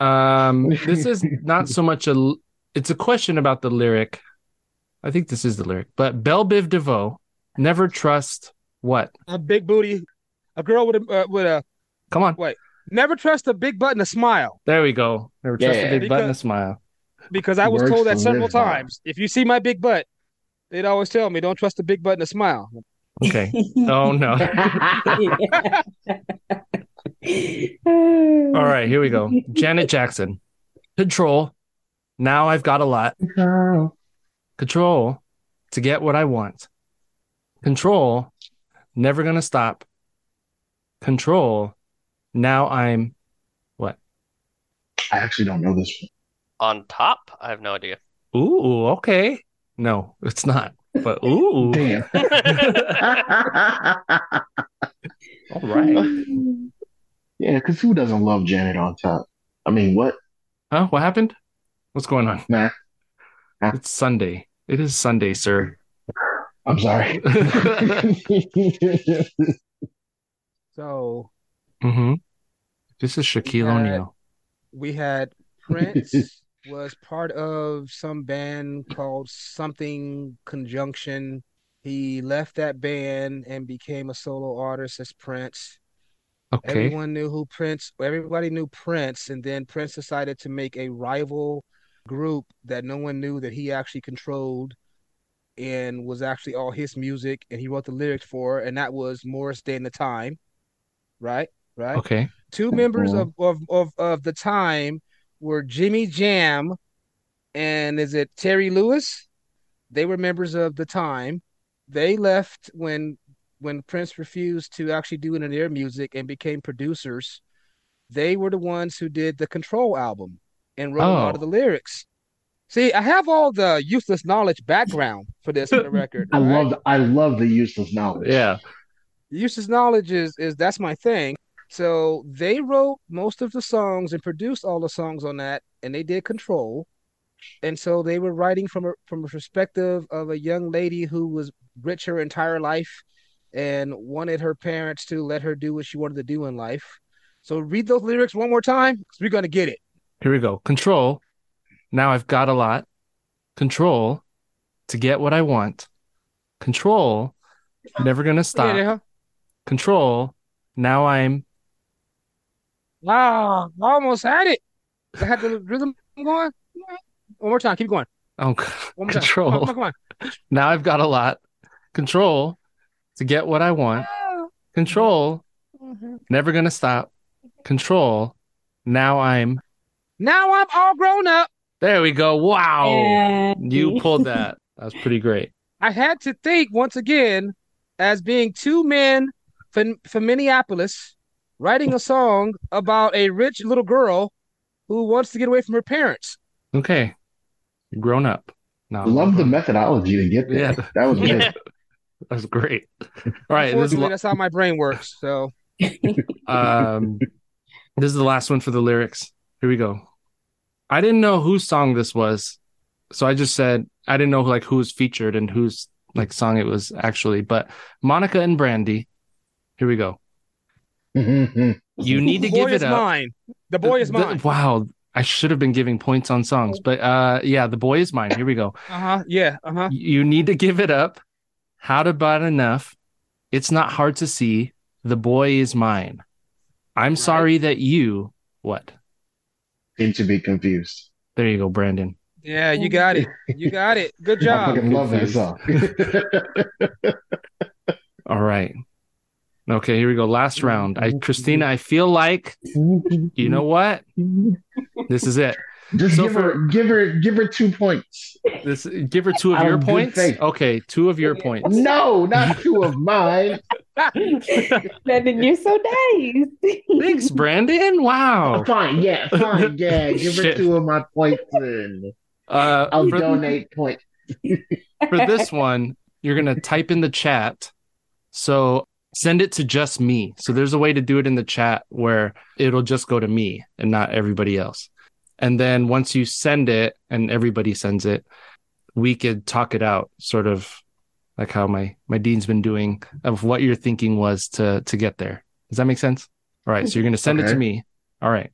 Speaker 2: Um, this is not so much a. l- It's a question about the lyric. I think this is the lyric, but Belle Biv DeVoe, never trust what?
Speaker 6: A big booty, a girl with a uh, with a
Speaker 2: Come on,
Speaker 6: never trust a big butt and a smile
Speaker 2: there we go. Never trust
Speaker 7: Yeah.
Speaker 2: a big button, a
Speaker 6: Because-
Speaker 2: smile.
Speaker 6: because I was
Speaker 7: Words
Speaker 6: told that
Speaker 7: to
Speaker 6: several
Speaker 7: live by.
Speaker 6: times. If you see my big butt, they'd always tell me don't trust a big butt and a smile.
Speaker 2: Okay. Oh no. All right, here we go. Janet Jackson, control. Now I've got a lot. Control to get what I want. Control, never gonna stop. Control, now I'm
Speaker 7: I actually don't know this
Speaker 8: on top. I have no idea.
Speaker 2: ooh, okay. No, it's not. But ooh.
Speaker 7: one. Damn.
Speaker 2: All right.
Speaker 7: yeah, because who doesn't love Janet on top? I mean, what?
Speaker 2: Huh? What happened? What's going on?
Speaker 7: Nah,
Speaker 2: It's Sunday. It is Sunday, sir.
Speaker 7: I'm sorry.
Speaker 6: So
Speaker 2: Mm-hmm. This is Shaquille
Speaker 6: Uh,
Speaker 2: O'Neal.
Speaker 6: we had Prince, was part of some band called Something Conjunction. He left that band and became a solo artist as Prince.
Speaker 2: Okay.
Speaker 6: Everyone knew who Prince, everybody knew Prince, and then Prince decided to make a rival group that no one knew that he actually controlled and was actually all his music and he wrote the lyrics for, and that was Morris Day and the Time. Right? Right?
Speaker 2: Okay.
Speaker 6: two members of, of of of the time were Jimmy Jam and is it Terry Lewis? They were members of the time. They left when when Prince refused to actually do any of their music and became producers. They were the ones who did the Control album and wrote a lot of
Speaker 2: Oh.
Speaker 6: the lyrics. See, I have all the useless knowledge background for this for the record.
Speaker 7: I
Speaker 6: all right?
Speaker 7: love I love the useless knowledge.
Speaker 2: Yeah.
Speaker 6: Eustace Knowledge is is that's my thing. So they wrote most of the songs and produced all the songs on that, and they did control. And so they were writing from a from a perspective of a young lady who was rich her entire life and wanted her parents to let her do what she wanted to do in life. So read those lyrics one more time, because we're gonna get it.
Speaker 2: Here we go. Control. Now I've got a lot. Control to get what I want. Control. Never gonna stop.
Speaker 6: Yeah.
Speaker 2: Control. Now I'm
Speaker 6: Wow, I almost had it. I had the rhythm going. One more time, keep going.
Speaker 2: oh
Speaker 6: One more time. Come
Speaker 2: control.
Speaker 6: on, come on, come on.
Speaker 2: Now I've got a lot. Control to get what I want. Control. Never gonna stop. Control. Now I'm
Speaker 6: Now I'm all grown up.
Speaker 2: there. We go. Wow.
Speaker 5: And-
Speaker 2: Oh, You pulled that. That was pretty great.
Speaker 6: I had to think once again as being two men from, from Minneapolis writing a song about a rich little girl who wants to get away from her parents.
Speaker 2: Okay. You're grown up. No,
Speaker 7: I
Speaker 2: I'm
Speaker 7: love
Speaker 2: not
Speaker 7: the
Speaker 2: grown up.
Speaker 7: methodology to get there.
Speaker 2: Yeah.
Speaker 7: That was good.
Speaker 2: That was great. All right. This is
Speaker 6: Unfortunately,
Speaker 2: lo-
Speaker 6: that's how my brain works. So
Speaker 2: um this is the last one for the lyrics here we go i didn't know whose song this was so i just said i didn't know like who was featured and whose like song it was actually but monica and brandy here we go you need
Speaker 6: the
Speaker 2: to
Speaker 6: boy
Speaker 2: give it
Speaker 6: is
Speaker 2: up
Speaker 6: mine. The boy is
Speaker 2: The-
Speaker 6: mine.
Speaker 2: wow i should have been giving points on songs but uh yeah the boy is mine here we go
Speaker 6: Uh huh. Yeah. Uh huh.
Speaker 2: you need to give it up how to buy enough it's not hard to see the boy is mine i'm sorry that you what
Speaker 7: Seem to be confused.
Speaker 2: There you go, Brandon.
Speaker 6: Yeah. You got it. You got it. Good
Speaker 7: I
Speaker 6: job.
Speaker 7: fucking love that song.
Speaker 2: All right. Okay, here we go. Last round. I Christina, I feel like you know what? This is it.
Speaker 7: Just
Speaker 2: So
Speaker 7: give her give her give her two points.
Speaker 2: This give her two of
Speaker 7: Out
Speaker 2: your
Speaker 7: of good
Speaker 2: points.
Speaker 7: faith.
Speaker 2: Okay, two of your points.
Speaker 7: No, not two of mine.
Speaker 6: Ah!
Speaker 5: Brandon, you're so nice.
Speaker 2: Thanks, Brandon. Wow.
Speaker 7: Uh, Fine, yeah, fine, yeah. Give her
Speaker 2: Shit.
Speaker 7: two of my points and
Speaker 2: Uh
Speaker 7: I'll
Speaker 2: for,
Speaker 7: donate points.
Speaker 2: for this one, you're gonna type in the chat. So send it to just me. So there's a way to do it in the chat where it'll just go to me and not everybody else. And then once you send it and everybody sends it, we could talk it out, sort of like how my my dean's been doing of what your thinking was to to get there. Does that make sense? All right, so you're going to send it to
Speaker 7: Okay.
Speaker 2: me. All right.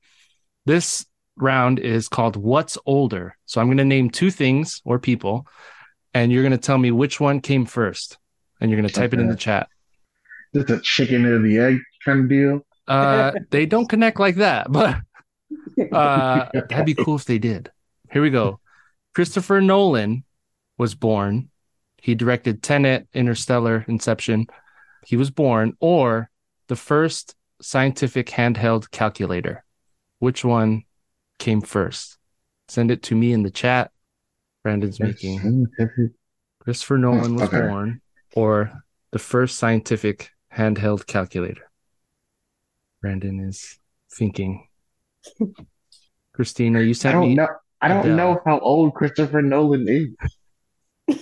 Speaker 2: This round is called what's older. So I'm going to name two things or people and you're going to tell me which one came first and you're going to type it in
Speaker 7: Okay.
Speaker 2: the chat.
Speaker 7: Just a chicken and the egg kind of deal.
Speaker 2: Uh, they don't connect like that, but uh, that'd be cool if they did. Here we go. Christopher Nolan was born. He directed Tenet, Interstellar, Inception. He was born, or the first scientific handheld calculator. Which one came first? Send it to me in the chat. Brandon's making Christopher Nolan was
Speaker 7: okay.
Speaker 2: born, or the first scientific handheld calculator. Brandon is thinking. Christina, you
Speaker 7: I
Speaker 2: sent
Speaker 7: don't
Speaker 2: me.
Speaker 7: know. I don't
Speaker 2: Adele.
Speaker 7: know how old Christopher Nolan is.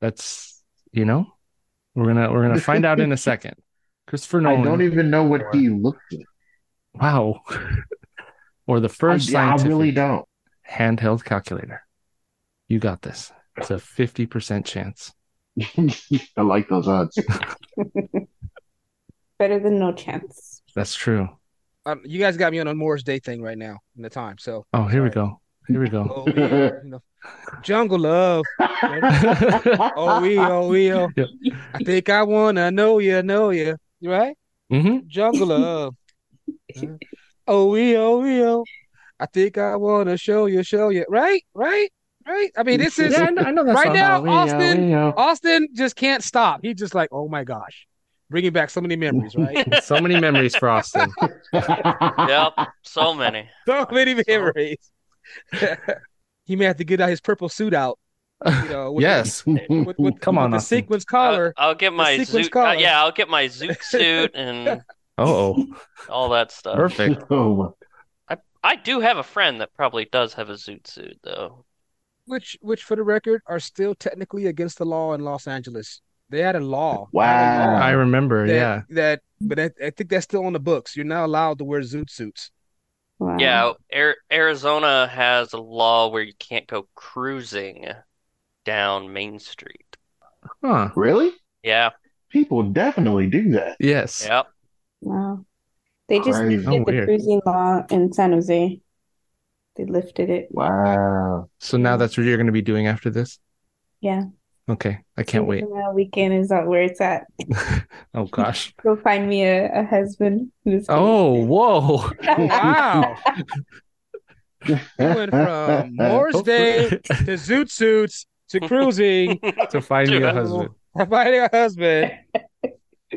Speaker 2: That's you know, we're gonna we're gonna find out in a second. Christopher
Speaker 7: I
Speaker 2: Nolan.
Speaker 7: don't even know what he looked like.
Speaker 2: wow. or the
Speaker 7: I,
Speaker 2: first
Speaker 7: I
Speaker 2: scientific
Speaker 7: really don't.
Speaker 2: handheld calculator. You got this. It's a fifty percent chance.
Speaker 7: I like those odds.
Speaker 5: Better than no chance.
Speaker 2: That's true.
Speaker 6: Um, you guys got me on a Morris Day thing right now in the time. So
Speaker 2: Oh, here we
Speaker 6: Sorry.
Speaker 2: go. Here we go.
Speaker 6: Oh, yeah, you know, jungle love.
Speaker 2: Mm-hmm.
Speaker 6: Oh, we, oh, we, oh.
Speaker 2: Yep.
Speaker 6: I think I wanna know you, know you, right?
Speaker 2: hmm
Speaker 6: Jungle love. Uh, oh, we, oh, we, oh. I think I wanna show you, show you, right, right, right. I mean, this is
Speaker 2: Yeah, I know, I know that
Speaker 6: Right
Speaker 2: song.
Speaker 6: now,
Speaker 7: we, uh,
Speaker 6: Austin-
Speaker 7: we, uh,
Speaker 6: Austin just can't stop. He just like, oh my gosh, bringing back so many memories, right?
Speaker 2: So many memories for Austin.
Speaker 8: Yep, so many.
Speaker 6: so many memories. he may have to get out his purple suit out. You know, with the-
Speaker 2: yes.
Speaker 6: with, with,
Speaker 2: Come
Speaker 6: with
Speaker 2: on,
Speaker 6: the
Speaker 2: Austin.
Speaker 6: sequence collar.
Speaker 8: I'll, I'll get my
Speaker 6: sequence
Speaker 8: zoot. uh,
Speaker 6: collar.
Speaker 8: yeah, I'll get my zoot suit and
Speaker 2: Oh,
Speaker 8: all that stuff.
Speaker 2: perfect.
Speaker 7: Oh,
Speaker 8: I I do have a friend that probably does have a zoot suit though.
Speaker 6: which which for the record are still technically against the law in Los Angeles. They had a law.
Speaker 7: Wow.
Speaker 6: They had a law
Speaker 2: I remember.
Speaker 6: that,
Speaker 2: Yeah.
Speaker 6: That but I, I think that's still on the books. You're not allowed to wear zoot suits.
Speaker 2: Mm.
Speaker 5: Wow.
Speaker 8: Yeah, Ar- Arizona has a law where you can't go cruising down Main Street.
Speaker 2: Huh.
Speaker 7: really?
Speaker 8: Yeah,
Speaker 7: People definitely do that.
Speaker 2: Yes.
Speaker 8: yep.
Speaker 5: Wow. They just
Speaker 7: Crazy.
Speaker 5: lifted
Speaker 2: Oh,
Speaker 5: the
Speaker 2: weird.
Speaker 5: cruising law in San Jose. They lifted it.
Speaker 7: Wow.
Speaker 2: So now that's what you're going to be doing after this?
Speaker 5: Yeah.
Speaker 2: Okay. I can't wait.
Speaker 5: Cinderella weekend is out where it's at.
Speaker 2: Oh, gosh.
Speaker 5: Go find me a, a husband who's
Speaker 2: Oh, whoa.
Speaker 6: Wow. Went from Morris Day to zoot suits to cruising
Speaker 2: to find me a husband.
Speaker 6: to finding a husband.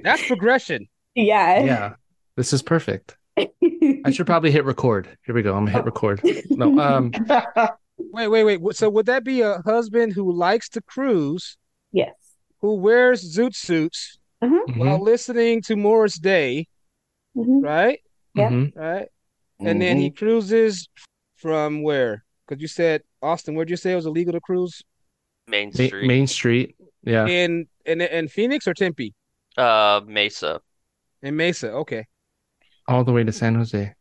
Speaker 6: That's progression.
Speaker 5: Yeah.
Speaker 2: Yeah. This is perfect. I should probably hit record. Here we go. I'm going to
Speaker 5: Oh.
Speaker 2: hit record. No. Um,
Speaker 6: Wait, wait, wait. So would that be a husband who likes to cruise,
Speaker 5: Yes.
Speaker 6: who wears zoot suits
Speaker 2: mhm,
Speaker 6: while listening to Morris Day,
Speaker 5: Mhm.
Speaker 6: right?
Speaker 5: Yeah.
Speaker 2: mhm.
Speaker 6: Right. and then
Speaker 2: Mm-hmm.
Speaker 6: he cruises from where? Because you said Austin, where'd you say it was illegal to cruise
Speaker 8: Main
Speaker 2: Ma-
Speaker 8: Street,
Speaker 2: Main Street. Yeah.
Speaker 6: in in in Phoenix or Tempe
Speaker 8: uh, Mesa.
Speaker 6: in Mesa? Okay,
Speaker 2: All the way to San Jose.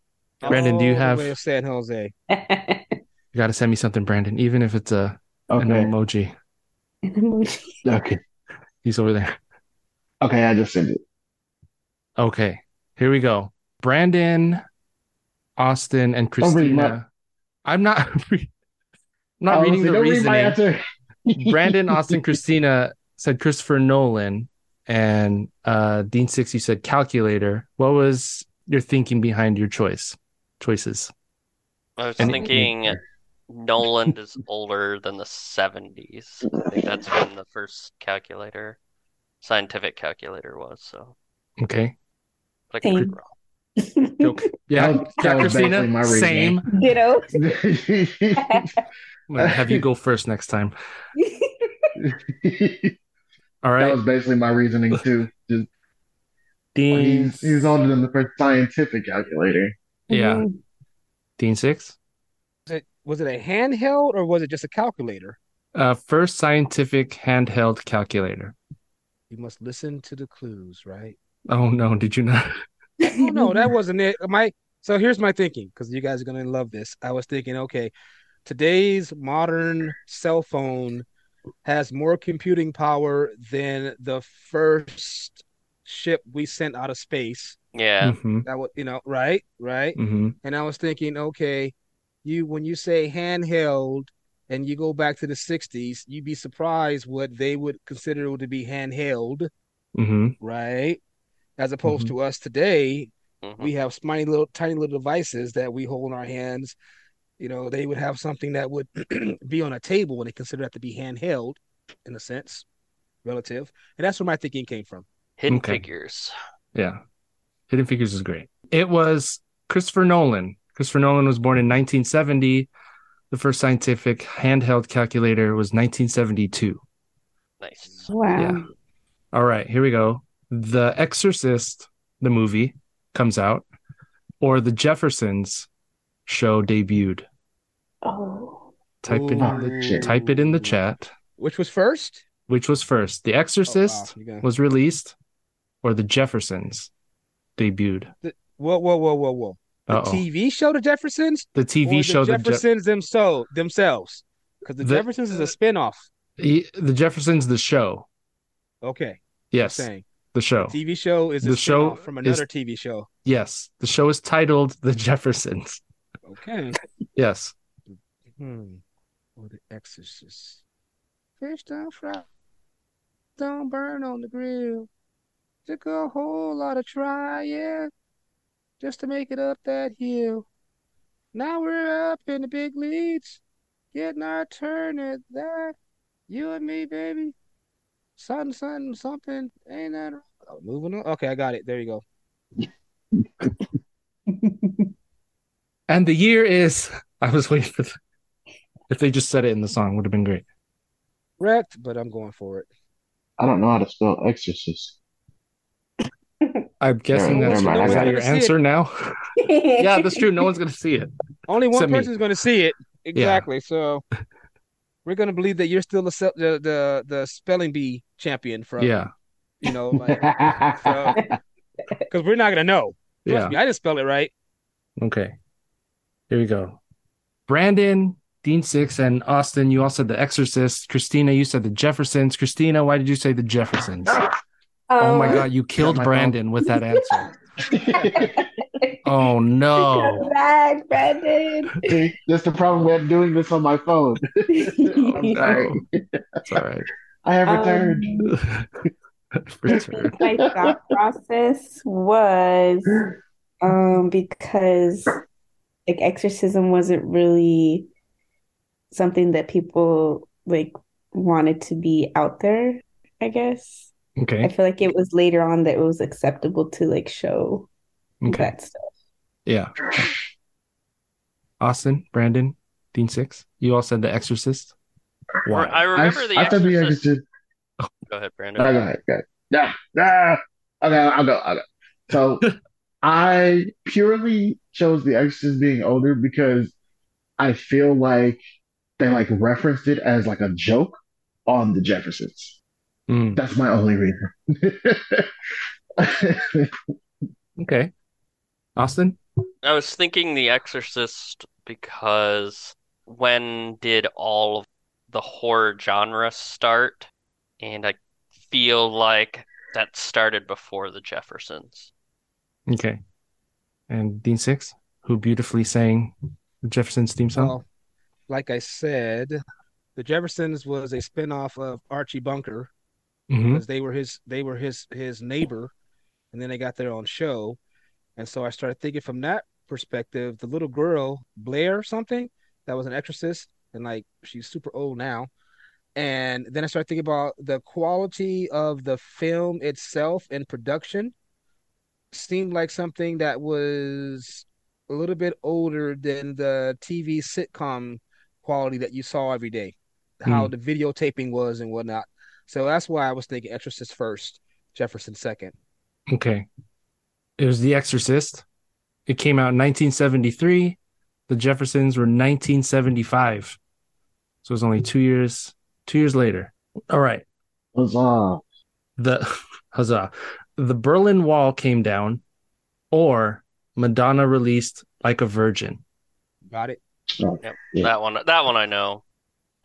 Speaker 2: Brandon, do you
Speaker 6: All the
Speaker 2: have-
Speaker 6: way to San Jose?
Speaker 2: You got to send me something, Brandon, even if it's a, an
Speaker 7: okay.
Speaker 2: emoji.
Speaker 7: Okay.
Speaker 2: He's over there.
Speaker 7: Okay. I just sent it.
Speaker 2: Okay. Here we go. Brandon, Austin, and
Speaker 7: Don't read my-
Speaker 2: Christina. I'm not. I'm not
Speaker 7: Oh,
Speaker 2: reading
Speaker 7: see,
Speaker 2: the
Speaker 7: don't read my
Speaker 2: reasoning.
Speaker 7: answer.
Speaker 2: Brandon Austin Christina said Christopher Nolan and uh Dean Six you said calculator. What was your thinking behind your choice? Choices.
Speaker 8: I was
Speaker 2: And-
Speaker 8: thinking Noland is older than the 70s. I think that's when the first calculator, scientific calculator was, so
Speaker 2: Okay.
Speaker 8: but I could be
Speaker 5: Same.
Speaker 8: wrong.
Speaker 2: Joke. Yeah.
Speaker 7: That was-
Speaker 2: yeah,
Speaker 7: that was basically my
Speaker 2: Christina.
Speaker 7: reasoning.
Speaker 2: Same.
Speaker 5: Ditto.
Speaker 2: I'm gonna have you go first next time. All
Speaker 7: That
Speaker 2: right.
Speaker 7: was basically my reasoning too. Just,
Speaker 2: Dean
Speaker 7: he's, he's older than the first scientific calculator.
Speaker 2: Yeah.
Speaker 5: Mhm.
Speaker 2: Dean Six.
Speaker 6: Was it was it a handheld or was it just a calculator?
Speaker 2: Uh first scientific handheld calculator.
Speaker 6: You must listen to the clues, right?
Speaker 2: Oh no, did you not?
Speaker 6: Oh no, that wasn't it. My so here's my thinking because you guys are gonna love this. I was thinking, okay, today's modern cell phone has more computing power than the first ship we sent out of space.
Speaker 8: Yeah,
Speaker 2: Mhm,
Speaker 6: That was, you know, right, right.
Speaker 2: mhm.
Speaker 6: And I was thinking, okay, you when you say handheld and you go back to the '60s, you'd be surprised what they would consider to be handheld,
Speaker 2: Mhm.
Speaker 6: right? As opposed
Speaker 2: Mm-hmm.
Speaker 6: to us today,
Speaker 7: Hmm.
Speaker 8: mhm.
Speaker 6: we have tiny little tiny little devices that we hold in our hands you know they would have something that would be on a table and they consider that to be handheld in a sense relative and that's where my thinking came from
Speaker 8: Hidden
Speaker 2: Okay.
Speaker 8: Figures.
Speaker 2: Yeah. Hidden Figures is great. It was Christopher Nolan. Christopher Nolan was born in 1970. The first scientific handheld calculator was 1972.
Speaker 8: Nice.
Speaker 5: Wow.
Speaker 2: Yeah. All right, here we go. The Exorcist, the movie, comes out, or the Jeffersons show debuted.
Speaker 5: Oh.
Speaker 2: Type it,
Speaker 7: Ooh.
Speaker 2: type it in the chat.
Speaker 6: which was first
Speaker 2: Which was first, The
Speaker 6: Oh, wow,
Speaker 2: Exorcist
Speaker 6: you got-
Speaker 2: was released, or the Jeffersons debuted?
Speaker 6: whoa whoa whoa whoa whoa the
Speaker 2: Uh oh.
Speaker 6: tv show the jeffersons
Speaker 2: The
Speaker 6: or the
Speaker 2: TV show, the Je-
Speaker 6: jeffersons themso- themselves because the,
Speaker 2: The-
Speaker 6: jeffersons is a spin-off
Speaker 2: He, the Jeffersons, the show.
Speaker 6: okay
Speaker 2: Yes,
Speaker 6: saying
Speaker 2: the show.
Speaker 6: tv show is a
Speaker 2: The show
Speaker 6: spin-off from
Speaker 2: is-
Speaker 6: another tv show
Speaker 2: Yes, the show is titled The Jeffersons.
Speaker 6: okay
Speaker 2: Yes,
Speaker 6: Hmm. Or The Exorcist. Fish don't fry. Don't burn on the grill. Took a whole lot of trying just to make it up that hill. Now we're up in the big leagues, getting our turn at that. You and me, baby. Something, something, something. Ain't that right? Oh, moving on. Okay, I got it. There you go.
Speaker 2: And the year is. I was waiting for. The, if they just said it in the song, would have been great.
Speaker 6: Wrecked, but I'm going for it.
Speaker 7: I don't know how to spell exorcist.
Speaker 2: I'm guessing
Speaker 7: Never-
Speaker 2: that's
Speaker 7: never mind, I
Speaker 2: is
Speaker 7: got
Speaker 2: that
Speaker 7: it.
Speaker 2: your answer now. yeah, that's true. No one's gonna see it.
Speaker 6: Only one
Speaker 2: Except me.
Speaker 6: person's going to see it. Exactly. So we're going to believe that you're still the se- the the, the spelling bee champion from
Speaker 2: Yeah,
Speaker 6: you know like because we're not going to know. Trust
Speaker 2: yeah.
Speaker 6: me, I didn't spell it right.
Speaker 2: Okay, here we go. Brandon, Dean Six, and Austin. You all said The Exorcist. Christina, you said The Jeffersons. Christina, why did you say The Jeffersons? Oh my God, you killed
Speaker 7: my
Speaker 2: Brandon with that answer. Oh no.
Speaker 5: Come back, Brandon.
Speaker 7: See, That's the problem with doing this on my phone. I'm sorry.
Speaker 2: That's all right.
Speaker 7: I have returned.
Speaker 5: Um,
Speaker 2: Return.
Speaker 5: my thought process was um because like exorcism wasn't really something that people like wanted to be out there, I guess. I
Speaker 2: Okay.
Speaker 5: feel like it was later on that it was acceptable to like show
Speaker 2: Okay.
Speaker 5: that stuff.
Speaker 2: Yeah. Austin, Brandon, Dean Six. You all said The Exorcist.
Speaker 8: Or- I
Speaker 2: Why?
Speaker 8: remember the
Speaker 7: I thought the
Speaker 8: Exorcist.
Speaker 7: exorcist.
Speaker 8: Go ahead, Brandon.
Speaker 7: No, go ahead, go ahead. Nah, nah. Okay, I'll go. I'll go. So I purely chose The Exorcist being older because I feel like they like referenced it as like a joke on the Jeffersons.
Speaker 2: Mm,
Speaker 7: That's my only reason.
Speaker 2: okay. Austin?
Speaker 8: I was thinking The Exorcist because when did all of the horror genre start? And I feel like that started before the Jeffersons.
Speaker 2: Okay. And Dean Six, who beautifully sang the Jefferson's theme song.
Speaker 6: Well, like I said, the Jeffersons was a spinoff of Archie Bunker
Speaker 2: Mhm.
Speaker 6: because they were his they were his his neighbor, and then they got their own show, and so I started thinking from that perspective. The little girl Blair something that was an exorcist, and like she's super old now. And then I started thinking about the quality of the film itself and production seemed like something that was a little bit older than the TV sitcom quality that you saw every day, how the videotaping was and whatnot. So that's why I was thinking Exorcist first, Jefferson second.
Speaker 2: Okay. It was The Exorcist. It came out in 1973. The Jeffersons were 1975. So it was only two years, two years later. All right.
Speaker 7: Huzzah.
Speaker 2: The huzzah. The Berlin Wall came down, or Madonna released Like a Virgin.
Speaker 6: Got it?
Speaker 7: Yeah.
Speaker 8: That one, that one I know.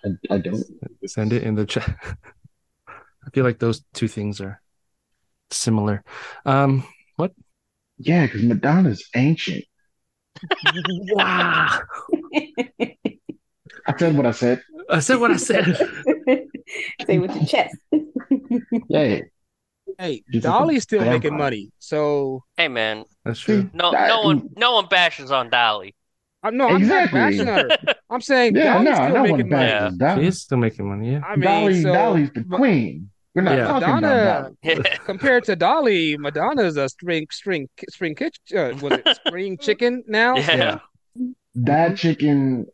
Speaker 7: I, I don't.
Speaker 2: Send it in the chat. I feel like those two things are similar. Um,
Speaker 7: Yeah, because Madonna's ancient.
Speaker 2: wow.
Speaker 7: I said what I said.
Speaker 2: I said what I said.
Speaker 5: Say with your chest.
Speaker 7: Yeah,
Speaker 6: Hey,
Speaker 7: She's like a
Speaker 6: Dolly's still making
Speaker 7: vampire.
Speaker 6: money. So
Speaker 8: Hey man,
Speaker 2: That's true.
Speaker 8: no, no one, no one bashes on Dolly.
Speaker 6: I'm no, I'm
Speaker 7: Exactly.
Speaker 6: not bashing her. I'm saying
Speaker 7: yeah,
Speaker 6: Dolly's
Speaker 7: no, I
Speaker 6: still
Speaker 7: don't want to
Speaker 6: making money.
Speaker 8: Yeah.
Speaker 7: bash Donna.
Speaker 2: She is still making money. Yeah.
Speaker 6: I mean,
Speaker 7: Dolly,
Speaker 6: so
Speaker 7: Dolly's the
Speaker 6: Ma-
Speaker 7: queen. We're not
Speaker 2: Yeah.
Speaker 7: talking about
Speaker 6: Madonna
Speaker 7: Dolly.
Speaker 6: compared to Dolly, Madonna's a string string string kitchen. Uh, was it spring chicken now?
Speaker 8: Yeah.
Speaker 7: That chicken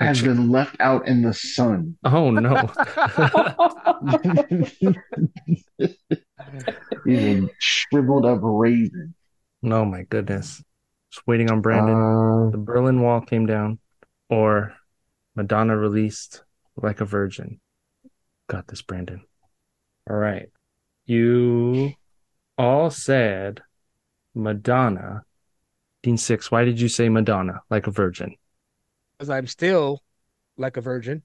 Speaker 7: has been left out in the sun.
Speaker 2: Oh no.
Speaker 7: He's a shriveled up raisin.
Speaker 2: no, my goodness. Just waiting on Brandon.
Speaker 7: Uh,
Speaker 2: the Berlin Wall came down, or Madonna released like a virgin. Got this, Brandon. All right. You all said Madonna. Dean Six, why did you say Madonna like a virgin?
Speaker 6: Because I'm still like a virgin.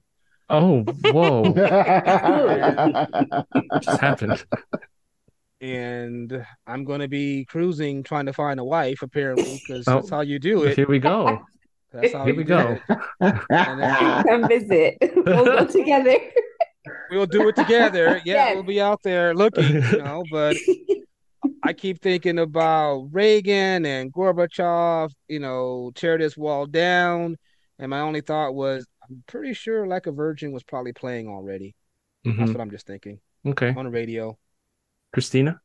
Speaker 2: Oh,
Speaker 7: Uh,
Speaker 2: whoa. just happened.
Speaker 6: And I'm going to be cruising trying to find a wife, apparently, because
Speaker 2: Oh.
Speaker 6: that's how you do it.
Speaker 2: Here we go.
Speaker 6: That's how
Speaker 2: Here we go.
Speaker 5: Come visit. We'll go together.
Speaker 6: We'll do it together. Yeah,
Speaker 5: Yes.
Speaker 6: we'll be out there looking, you know, but I keep thinking about Reagan and Gorbachev, you know, tear this wall down. And my only thought was, I'm pretty sure Like a Virgin was probably playing already. That's
Speaker 2: Mhm.
Speaker 6: what I'm just thinking
Speaker 2: Okay,
Speaker 6: on the radio.
Speaker 2: Christina.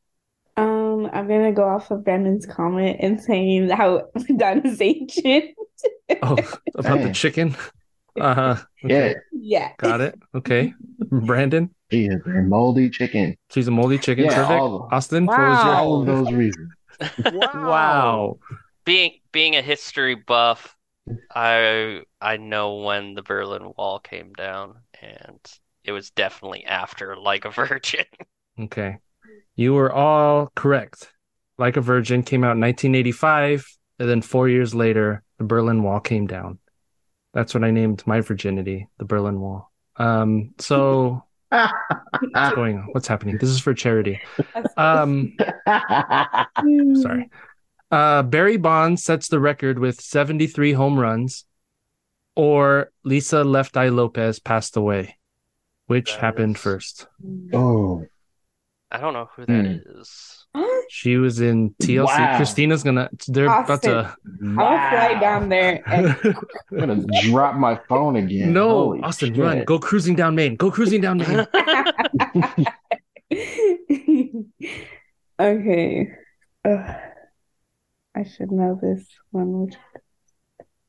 Speaker 5: Um, I'm gonna go off of Brandon's comment and saying how Don is ancient.
Speaker 2: Oh, about the
Speaker 7: Dang.
Speaker 2: chicken. Uh huh.
Speaker 7: yeah,
Speaker 5: Yeah.
Speaker 2: Got it. Okay, Brandon.
Speaker 7: she is a moldy chicken.
Speaker 2: She's a moldy chicken.
Speaker 7: Yeah,
Speaker 2: Perfect.
Speaker 7: all of them.
Speaker 2: Austin, what
Speaker 6: Wow.
Speaker 2: was
Speaker 7: All of those reasons.
Speaker 2: your wow?
Speaker 8: being being a history buff, I I know when the Berlin Wall came down, and it was definitely after Like a Virgin.
Speaker 2: Okay. You were all correct. Like a Virgin came out in 1985, and then four years later, the Berlin Wall came down. That's when I named my virginity, the Berlin Wall. Um, so
Speaker 7: Ah.
Speaker 2: what's going on? What's happening? This is for charity. Um, sorry. Uh, Barry Bonds sets the record with 73 home runs, or Lisa Left Eye Lopez passed away. Which
Speaker 8: That
Speaker 2: happened
Speaker 8: is-
Speaker 2: first?
Speaker 7: oh,
Speaker 8: I don't know who that is.
Speaker 2: She was in TLC.
Speaker 7: Wow.
Speaker 2: Christina's gonna. They're about to.
Speaker 5: I'll fly
Speaker 7: wow.
Speaker 5: down there and
Speaker 7: I'm gonna drop my phone again.
Speaker 2: no,
Speaker 7: Holy
Speaker 2: Austin,
Speaker 7: shit.
Speaker 2: run! Go cruising down Maine. Go cruising down
Speaker 6: Hmm.
Speaker 2: Maine.
Speaker 5: Okay. Ugh. I should know this one.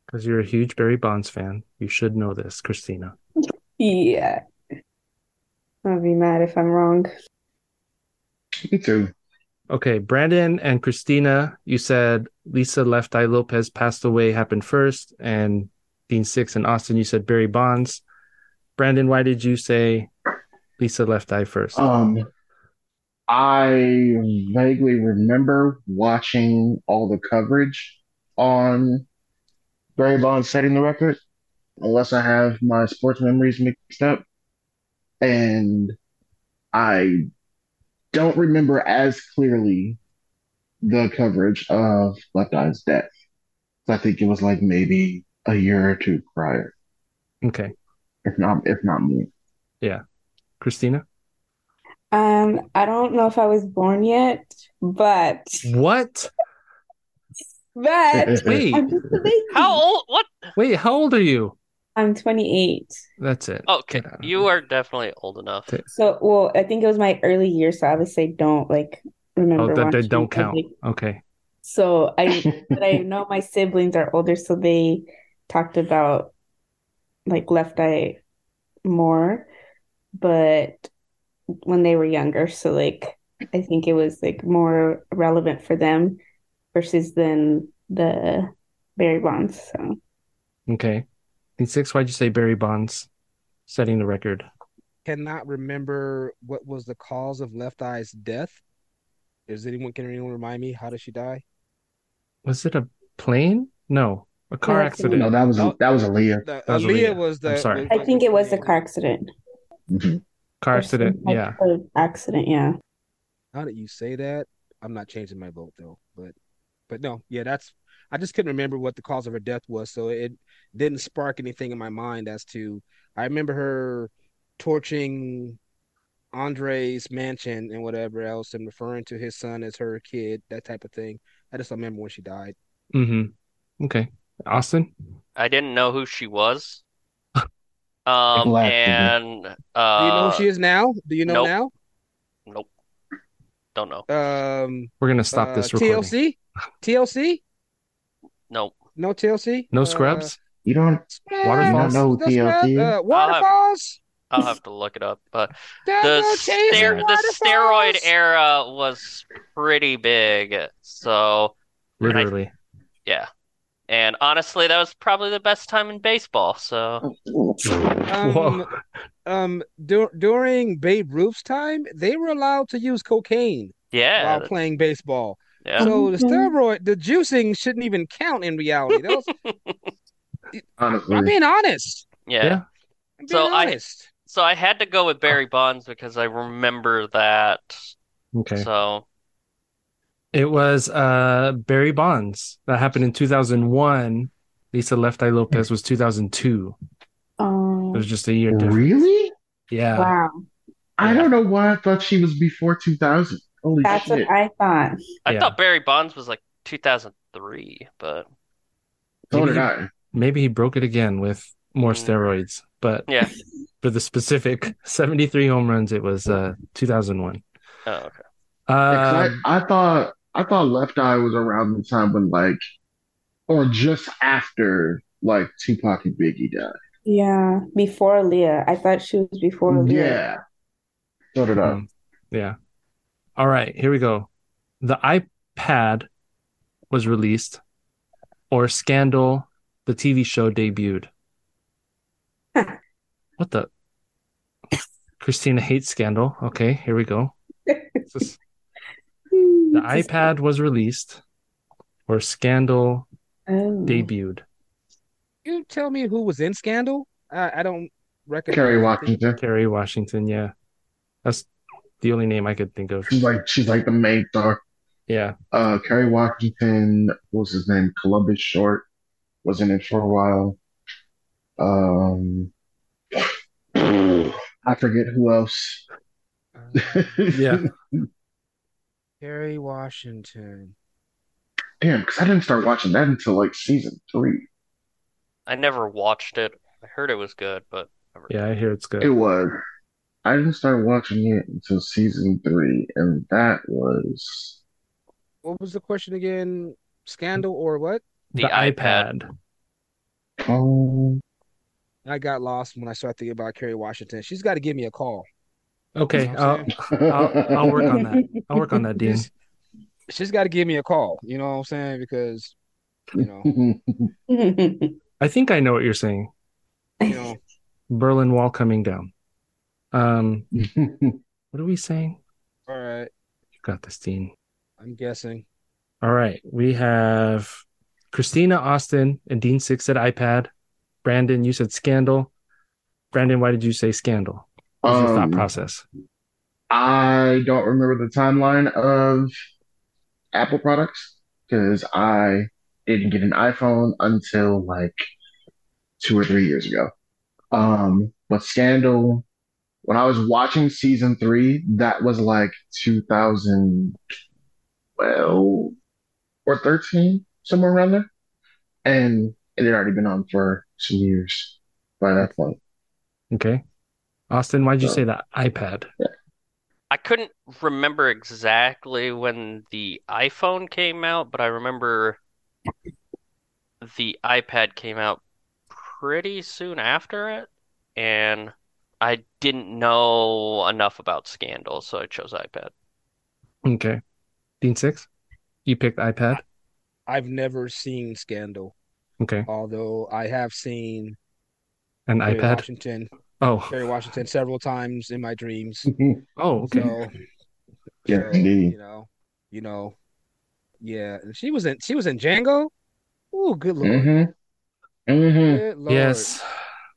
Speaker 2: Because you're a huge Barry Bonds fan. You should know this, Christina.
Speaker 5: Yeah. I'll be mad if I'm wrong.
Speaker 7: Me too.
Speaker 2: Okay, Brandon and Christina. You said Lisa Left Eye Lopez passed away happened first, and Dean Six and Austin. You said Barry Bonds. Brandon, why did you say Lisa Left Eye first?
Speaker 5: Oh.
Speaker 7: Um, I vaguely remember watching all the coverage on Barry Bonds setting the record, unless I have my sports memories mixed up. And I don't remember as clearly the coverage of Left Eye's death. So I think it was like maybe a year or two prior,
Speaker 2: Okay,
Speaker 7: if not if not more.
Speaker 2: Christina.
Speaker 5: Um, I don't know if I was born yet, but
Speaker 2: What?
Speaker 5: but
Speaker 2: Wait,
Speaker 5: I'm just a baby.
Speaker 8: How old? What?
Speaker 2: wait. How old are you?
Speaker 5: I'm 28.
Speaker 2: That's it.
Speaker 8: Okay,
Speaker 2: Yeah.
Speaker 8: Oh, you are definitely old enough.
Speaker 2: Th-
Speaker 5: So, well, I think it was my early year, so I would say don't like
Speaker 2: Oh,
Speaker 5: remember
Speaker 2: that, that
Speaker 5: watching,
Speaker 2: don't
Speaker 5: but,
Speaker 2: count.
Speaker 5: like,
Speaker 2: Okay.
Speaker 5: So I, but I know my siblings are older, so they talked about like Left Eye more, but when they were younger, so like I think it was like more relevant for them versus than the Barry Bonds. So
Speaker 2: Okay. In six, why'd you say Barry Bonds setting the record?
Speaker 6: Cannot remember what was the cause of Left Eye's death. Is anyone can anyone remind me? How did she die?
Speaker 2: Was it a plane? No, a car
Speaker 5: No, it's a-
Speaker 2: accident.
Speaker 7: No, that was a, that was Aaliyah.
Speaker 6: The,
Speaker 2: was
Speaker 6: Aaliyah
Speaker 2: Aaliyah.
Speaker 6: was the.
Speaker 2: I'm sorry.
Speaker 5: I think it was a car accident
Speaker 7: Mhm.
Speaker 2: car
Speaker 5: or some
Speaker 2: accident.
Speaker 5: type
Speaker 2: Yeah.
Speaker 5: of accident. Yeah.
Speaker 6: Now that you say that, I'm not changing my vote though. But but no, yeah, that's I just couldn't remember what the cause of her death was, so it didn't spark anything in my mind as to I remember her torching Andre's mansion and whatever else and referring to his son as her kid, that type of thing. I just don't remember when she died.
Speaker 2: Mm-hmm. Okay. Austin?
Speaker 8: I didn't know who she was. Um,
Speaker 7: Black people.
Speaker 8: and
Speaker 6: Do you know
Speaker 8: uh,
Speaker 6: who she is now? Do you know
Speaker 8: nope. nope, don't know.
Speaker 6: now? Um
Speaker 2: We're going to stop this
Speaker 6: uh,
Speaker 2: recording.
Speaker 6: TLC? TLC?
Speaker 8: Nope.
Speaker 6: No TLC?
Speaker 2: No
Speaker 6: Uh,
Speaker 2: scrubs?
Speaker 7: You don't
Speaker 2: Waterfalls?
Speaker 6: No
Speaker 7: You don't know
Speaker 6: Uh, scrubs?
Speaker 7: TLC?
Speaker 6: Uh, waterfalls?
Speaker 8: I'll have to look it up, but
Speaker 6: There's
Speaker 8: the
Speaker 6: no chasing
Speaker 8: ster- the steroid
Speaker 6: waterfalls.
Speaker 8: era was pretty big, so
Speaker 2: Literally.
Speaker 8: yeah. And honestly, that was probably the best time in baseball. So
Speaker 2: Whoa.
Speaker 6: Um, um, dur- during Babe Ruth's time, they were allowed to use cocaine
Speaker 8: yeah,
Speaker 6: while playing baseball.
Speaker 8: yeah.
Speaker 6: So the
Speaker 7: Mm-hmm.
Speaker 5: Okay.
Speaker 6: steroid, the juicing shouldn't even count in reality. That was-
Speaker 2: Um,
Speaker 7: Honestly,
Speaker 6: I'm being honest.
Speaker 8: yeah.
Speaker 2: Yeah.
Speaker 6: I'm being
Speaker 8: So I-
Speaker 6: honest.
Speaker 8: So I had to go with Barry Bonds because I remember that.
Speaker 2: Okay.
Speaker 8: So
Speaker 2: It was uh, Barry Bonds. That happened in 2001. Lisa Left Eye Lopez was 2002. It
Speaker 5: Oh,
Speaker 2: was just a year difference.
Speaker 7: Really?
Speaker 2: Yeah.
Speaker 5: wow.
Speaker 7: I don't know why I thought she was before 2000. Holy
Speaker 5: That's
Speaker 7: shit.
Speaker 5: what I thought.
Speaker 8: I
Speaker 2: Yeah.
Speaker 8: thought Barry Bonds was like 2003, but
Speaker 7: so did I.
Speaker 2: Maybe he broke it again with more
Speaker 8: Mm.
Speaker 2: steroids, but
Speaker 8: Yeah.
Speaker 2: for the specific 73 home runs, it was uh 2001.
Speaker 8: oh, okay.
Speaker 7: Yeah, 'cause
Speaker 2: Um,
Speaker 7: I, I thought I thought Left Eye was around the time when like, or just after like Tupac and Biggie died.
Speaker 5: Yeah, before Leah. I thought she was before Leah.
Speaker 7: Yeah. So did I.
Speaker 2: um, yeah. All right, here we go. The iPad was released, or Scandal, the TV show debuted.
Speaker 5: Huh.
Speaker 2: What the? Christina hates Scandal. Okay, here we go. This is-
Speaker 5: Hmm,
Speaker 2: the
Speaker 5: just-
Speaker 2: iPad was released, or Scandal
Speaker 5: Oh.
Speaker 2: debuted.
Speaker 6: You tell me who was in Scandal? I, I don't recognize.
Speaker 7: Kerry
Speaker 6: the-
Speaker 7: Washington.
Speaker 2: Kerry Washington, yeah. That's the only name I could think of.
Speaker 7: She's like she's like the main star.
Speaker 2: Yeah.
Speaker 7: Uh, Kerry Washington. What was his name? Columbus Short was in it for a while. Um, I forget who else.
Speaker 2: Yeah.
Speaker 6: Kerry Washington.
Speaker 7: Damn, because I didn't start watching that until like season three.
Speaker 8: I never watched it. I heard it was good, but never
Speaker 2: Yeah, I hear it's
Speaker 7: It
Speaker 2: good.
Speaker 7: was. I didn't start watching it until season three, and that was
Speaker 6: What was the question again? Scandal or what?
Speaker 8: The
Speaker 2: The,
Speaker 8: iPad.
Speaker 2: iPad.
Speaker 7: oh,
Speaker 6: I got lost when I started thinking about Kerry Washington. She's got to give me a call.
Speaker 2: Okay,
Speaker 6: You know what I'm
Speaker 2: I'll, I'll, I'll work on that. I'll work on that, Dean.
Speaker 6: She's- She's got to give me a call. You know what I'm saying? Because you know,
Speaker 2: I think I know what you're saying.
Speaker 6: you know,
Speaker 2: Berlin Wall coming down. Um, what are we saying?
Speaker 6: all right.
Speaker 2: You got this, Dean.
Speaker 6: I'm guessing.
Speaker 2: All right, we have Christina Austin and Dean Six said iPad. Brandon, you said scandal. Brandon, why did you say scandal? What's your thought
Speaker 7: um,
Speaker 2: process?
Speaker 7: I don't remember the timeline of Apple products because I didn't get an iPhone until like two or three years ago. Um, but Scandal, when I was watching season three, that was like 2012 or 13, somewhere around there. And it had already been on for some years by that point.
Speaker 2: Okay, Austin, why did you
Speaker 7: Uh,
Speaker 2: say the iPad?
Speaker 8: I couldn't remember exactly when the iPhone came out, but I remember the iPad came out pretty soon after it, and I didn't know enough about Scandal, so I chose iPad.
Speaker 2: Okay, Dean Six, you picked iPad.
Speaker 6: I've never seen Scandal,
Speaker 2: Okay,
Speaker 6: although I have seen
Speaker 2: an
Speaker 6: Kerry
Speaker 2: iPad.
Speaker 6: Washington,
Speaker 2: Oh,
Speaker 6: Kerry Washington several times in my dreams.
Speaker 7: Mm-hmm.
Speaker 2: oh, okay.
Speaker 6: So,
Speaker 7: Yeah,
Speaker 6: so,
Speaker 7: indeed.
Speaker 6: you know, you know, yeah. and She was in. She was in Django. Oh, good lord.
Speaker 7: Mm-hmm. Mm-hmm.
Speaker 6: Good lord.
Speaker 2: Yes,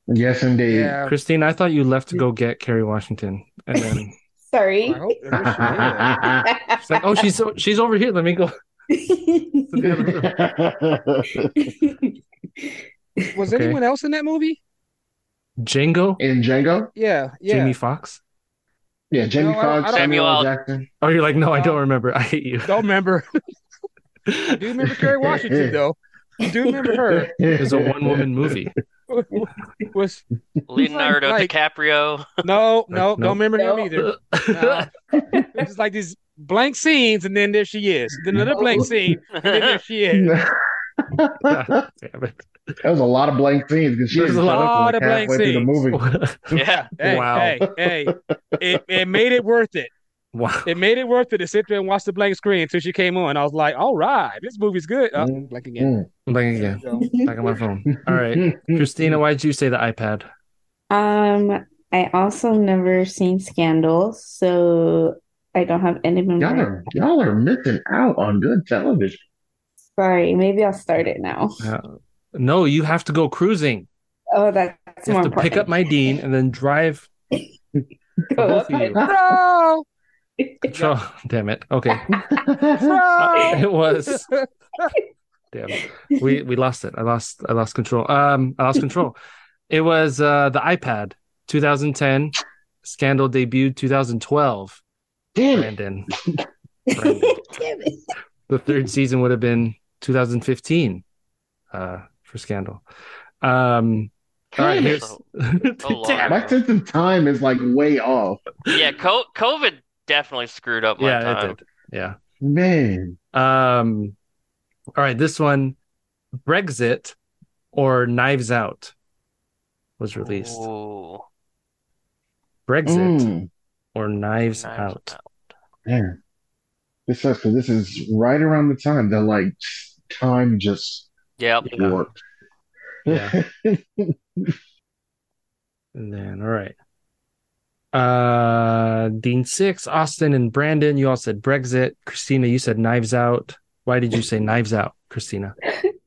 Speaker 7: Yes, indeed.
Speaker 6: Yeah.
Speaker 2: Christine, I thought you left to go get Kerry Washington, and then
Speaker 5: Sorry.
Speaker 6: I hope. I wish she did.
Speaker 2: it's like, oh, she's so, she's over here. Let me go.
Speaker 6: Was
Speaker 2: Okay.
Speaker 6: anyone else in that movie?
Speaker 2: Django,
Speaker 7: In Django?
Speaker 6: Yeah, yeah.
Speaker 2: Jamie Fox.
Speaker 7: Yeah, Jamie
Speaker 6: No, I don't- I
Speaker 7: Foxx,
Speaker 6: don't-
Speaker 7: Samuel L.
Speaker 8: Samuel-
Speaker 7: Jackson.
Speaker 2: Oh, you're like, no, I don't
Speaker 6: Uh,
Speaker 2: remember. I hate you.
Speaker 6: Don't remember. I do remember Kerry Washington though. I do remember her.
Speaker 2: It was a one woman movie.
Speaker 6: Was
Speaker 8: Leonardo
Speaker 6: like-
Speaker 8: DiCaprio.
Speaker 6: no, no,
Speaker 2: Nope.
Speaker 6: don't remember him
Speaker 5: No.
Speaker 6: either. No. It's just like these blank scenes, and then there she is. Then another blank scene, and then there she is.
Speaker 2: God damn it.
Speaker 7: That was a lot of blank scenes because she
Speaker 2: There's
Speaker 7: was
Speaker 2: a lot of
Speaker 7: like
Speaker 6: blank
Speaker 7: halfway through the
Speaker 6: scenes.
Speaker 7: movie.
Speaker 8: Yeah.
Speaker 6: Hey,
Speaker 2: Wow.
Speaker 6: hey, hey! It, it made it worth it.
Speaker 2: Wow.
Speaker 6: It made it worth it to sit there and watch the blank screen until she came on. I was like, "All right, this movie's good." Oh,
Speaker 2: Mm-hmm.
Speaker 7: Mm,
Speaker 6: blank again.
Speaker 2: Like again.
Speaker 6: So,
Speaker 2: Back on my phone. Oh, All right. Christina, why'd you say the iPad?
Speaker 5: Um, I also never seen Scandal, so I don't have any
Speaker 7: Y'all
Speaker 5: memory.
Speaker 7: are y'all are missing out on good television.
Speaker 5: Sorry, maybe I'll start it now.
Speaker 2: Uh, no, you have to go cruising.
Speaker 5: Oh, that's
Speaker 2: You
Speaker 5: more
Speaker 2: have to pick up
Speaker 5: important.
Speaker 2: my Dean and then drive.
Speaker 6: Oh,
Speaker 5: Go
Speaker 2: both
Speaker 5: up.
Speaker 2: of you. Mm-hmm.
Speaker 6: Bro,
Speaker 2: Oh,
Speaker 6: Oh.
Speaker 2: Control. Damn it. Okay.
Speaker 6: bro.
Speaker 2: It was Damn. We we lost it. I lost I lost control. Um I lost control. It was uh the iPad 2010 scandal debuted 2012.
Speaker 7: Damn it.
Speaker 2: Brandon.
Speaker 5: Damn
Speaker 2: Brandon.
Speaker 5: it.
Speaker 2: the third season would have been 2015 uh, for Scandal. Um, all right,
Speaker 7: Damn
Speaker 2: here's
Speaker 8: So-
Speaker 7: it. My sense of time is like way off.
Speaker 8: yeah, co- COVID definitely screwed up my
Speaker 2: yeah,
Speaker 8: time.
Speaker 2: it did. Yeah.
Speaker 7: Man.
Speaker 2: Um, all right, this one, Brexit or Knives Out, was released.
Speaker 8: Ooh,
Speaker 2: Brexit
Speaker 7: Mm,
Speaker 2: or Knives,
Speaker 8: Knives
Speaker 2: Out.
Speaker 8: Out.
Speaker 7: man. This sucks 'cause this is right around the time that like time just
Speaker 8: Yep.
Speaker 2: Yeah.
Speaker 7: warped.
Speaker 2: Yeah. And then, all right. Uh, Dean Six, Austin, and Brandon, you all said Brexit. Christina, you said Knives Out. Why did you say Knives Out, Christina?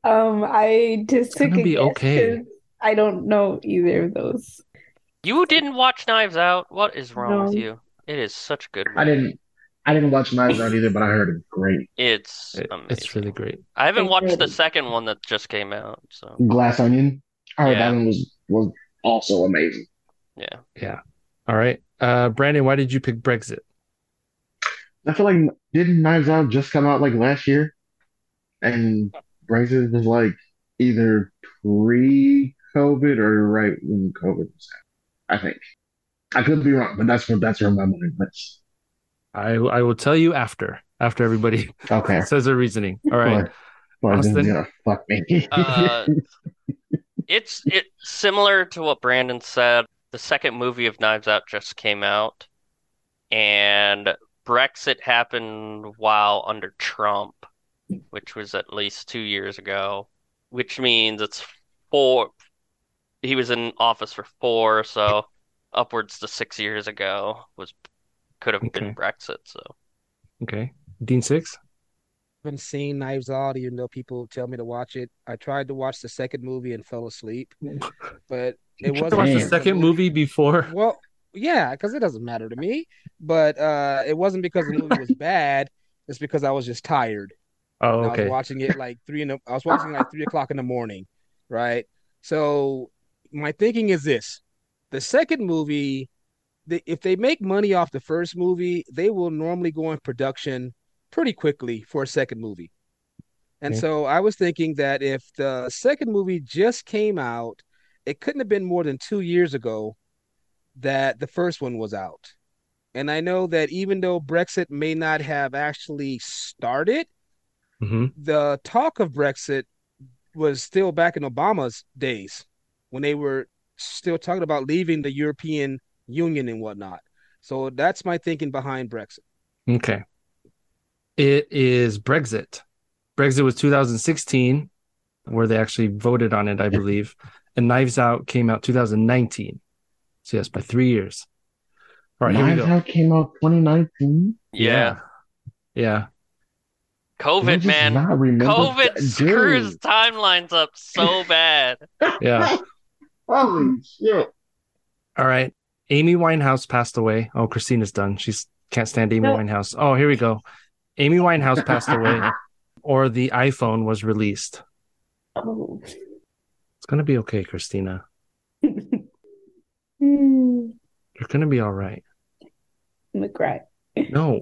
Speaker 5: Um, I just took
Speaker 2: gonna
Speaker 5: a
Speaker 2: be
Speaker 5: guess
Speaker 2: okay.
Speaker 5: 'cause I don't know either of those.
Speaker 8: You didn't watch Knives Out. What is wrong with
Speaker 5: No.
Speaker 8: you? It is such a good
Speaker 7: I
Speaker 8: movie.
Speaker 7: didn't I didn't watch Knives Out either, but I heard it was great.
Speaker 8: It's
Speaker 2: It-
Speaker 8: amazing.
Speaker 2: it's really great.
Speaker 8: I haven't
Speaker 5: It's
Speaker 8: watched the
Speaker 5: really-
Speaker 8: second one that just came out, so
Speaker 7: Glass Onion. I heard
Speaker 8: Yeah.
Speaker 7: that one was was also amazing.
Speaker 8: yeah.
Speaker 2: All right. Uh, Brandon, why did you pick Brexit?
Speaker 7: I feel like didn't Knives Out just come out like last year? And Brexit was like either pre-COVID or right when COVID was out, I think. I could be wrong, but that's what that's where my mind went.
Speaker 2: I I will tell you after after everybody
Speaker 7: Okay.
Speaker 2: says their reasoning. All right.
Speaker 7: Or, or then
Speaker 2: Austin?
Speaker 7: they're gonna fuck me.
Speaker 8: Uh, it's it similar to what Brandon said. The second movie of Knives Out just came out, and Brexit happened while under Trump, which was at least two years ago, which means it's four. He was in office for four, so upwards to six years ago was could have been
Speaker 2: Okay.
Speaker 8: Brexit. So
Speaker 2: Okay. Dean Six.
Speaker 6: haven't seen Knives Out, even though people tell me to watch it. I tried to watch the second movie and fell asleep, but
Speaker 2: You
Speaker 6: it
Speaker 2: tried
Speaker 6: wasn't
Speaker 2: to watch the
Speaker 7: Damn.
Speaker 2: second movie before.
Speaker 6: Well, yeah, because it doesn't matter to me. But uh, it wasn't because the movie was bad. It's because I was just tired.
Speaker 2: Oh,
Speaker 6: And I
Speaker 2: okay.
Speaker 6: was watching it like three in the, I was watching it like three o'clock in the morning, right? So my thinking is this: the second movie, the, if they make money off the first movie, they will normally go in production pretty quickly for a second movie. And
Speaker 2: Yeah.
Speaker 6: so I was thinking that if the second movie just came out, it couldn't have been more than two years ago that the first one was out. And I know that even though Brexit may not have actually started,
Speaker 2: hmm
Speaker 6: the talk of Brexit was still back in Obama's days when they were still talking about leaving the European Union and whatnot. So that's my thinking behind Brexit.
Speaker 2: Okay. It is Brexit. Brexit was 2016, where they actually voted on it, I believe. And Knives Out came out 2019. So yes, by three years. All right, here we
Speaker 7: Knives
Speaker 2: go.
Speaker 7: Out came out 2019.
Speaker 8: yeah,
Speaker 2: Yeah.
Speaker 7: Did I
Speaker 8: COVID
Speaker 7: just
Speaker 8: man.
Speaker 7: not remember
Speaker 8: COVID
Speaker 7: that?
Speaker 8: screws
Speaker 7: Dude.
Speaker 8: timelines up so bad.
Speaker 2: Yeah.
Speaker 7: Holy shit.
Speaker 2: All right. Amy Winehouse passed away. Oh, Christina's done. She's can't stand Amy
Speaker 5: No.
Speaker 2: Winehouse. Oh, here we go. Amy Winehouse passed away, or the iPhone was released.
Speaker 5: Oh.
Speaker 2: It's gonna be okay, Christina.
Speaker 5: Hmm.
Speaker 2: You're gonna be all right.
Speaker 5: McGrath.
Speaker 2: No.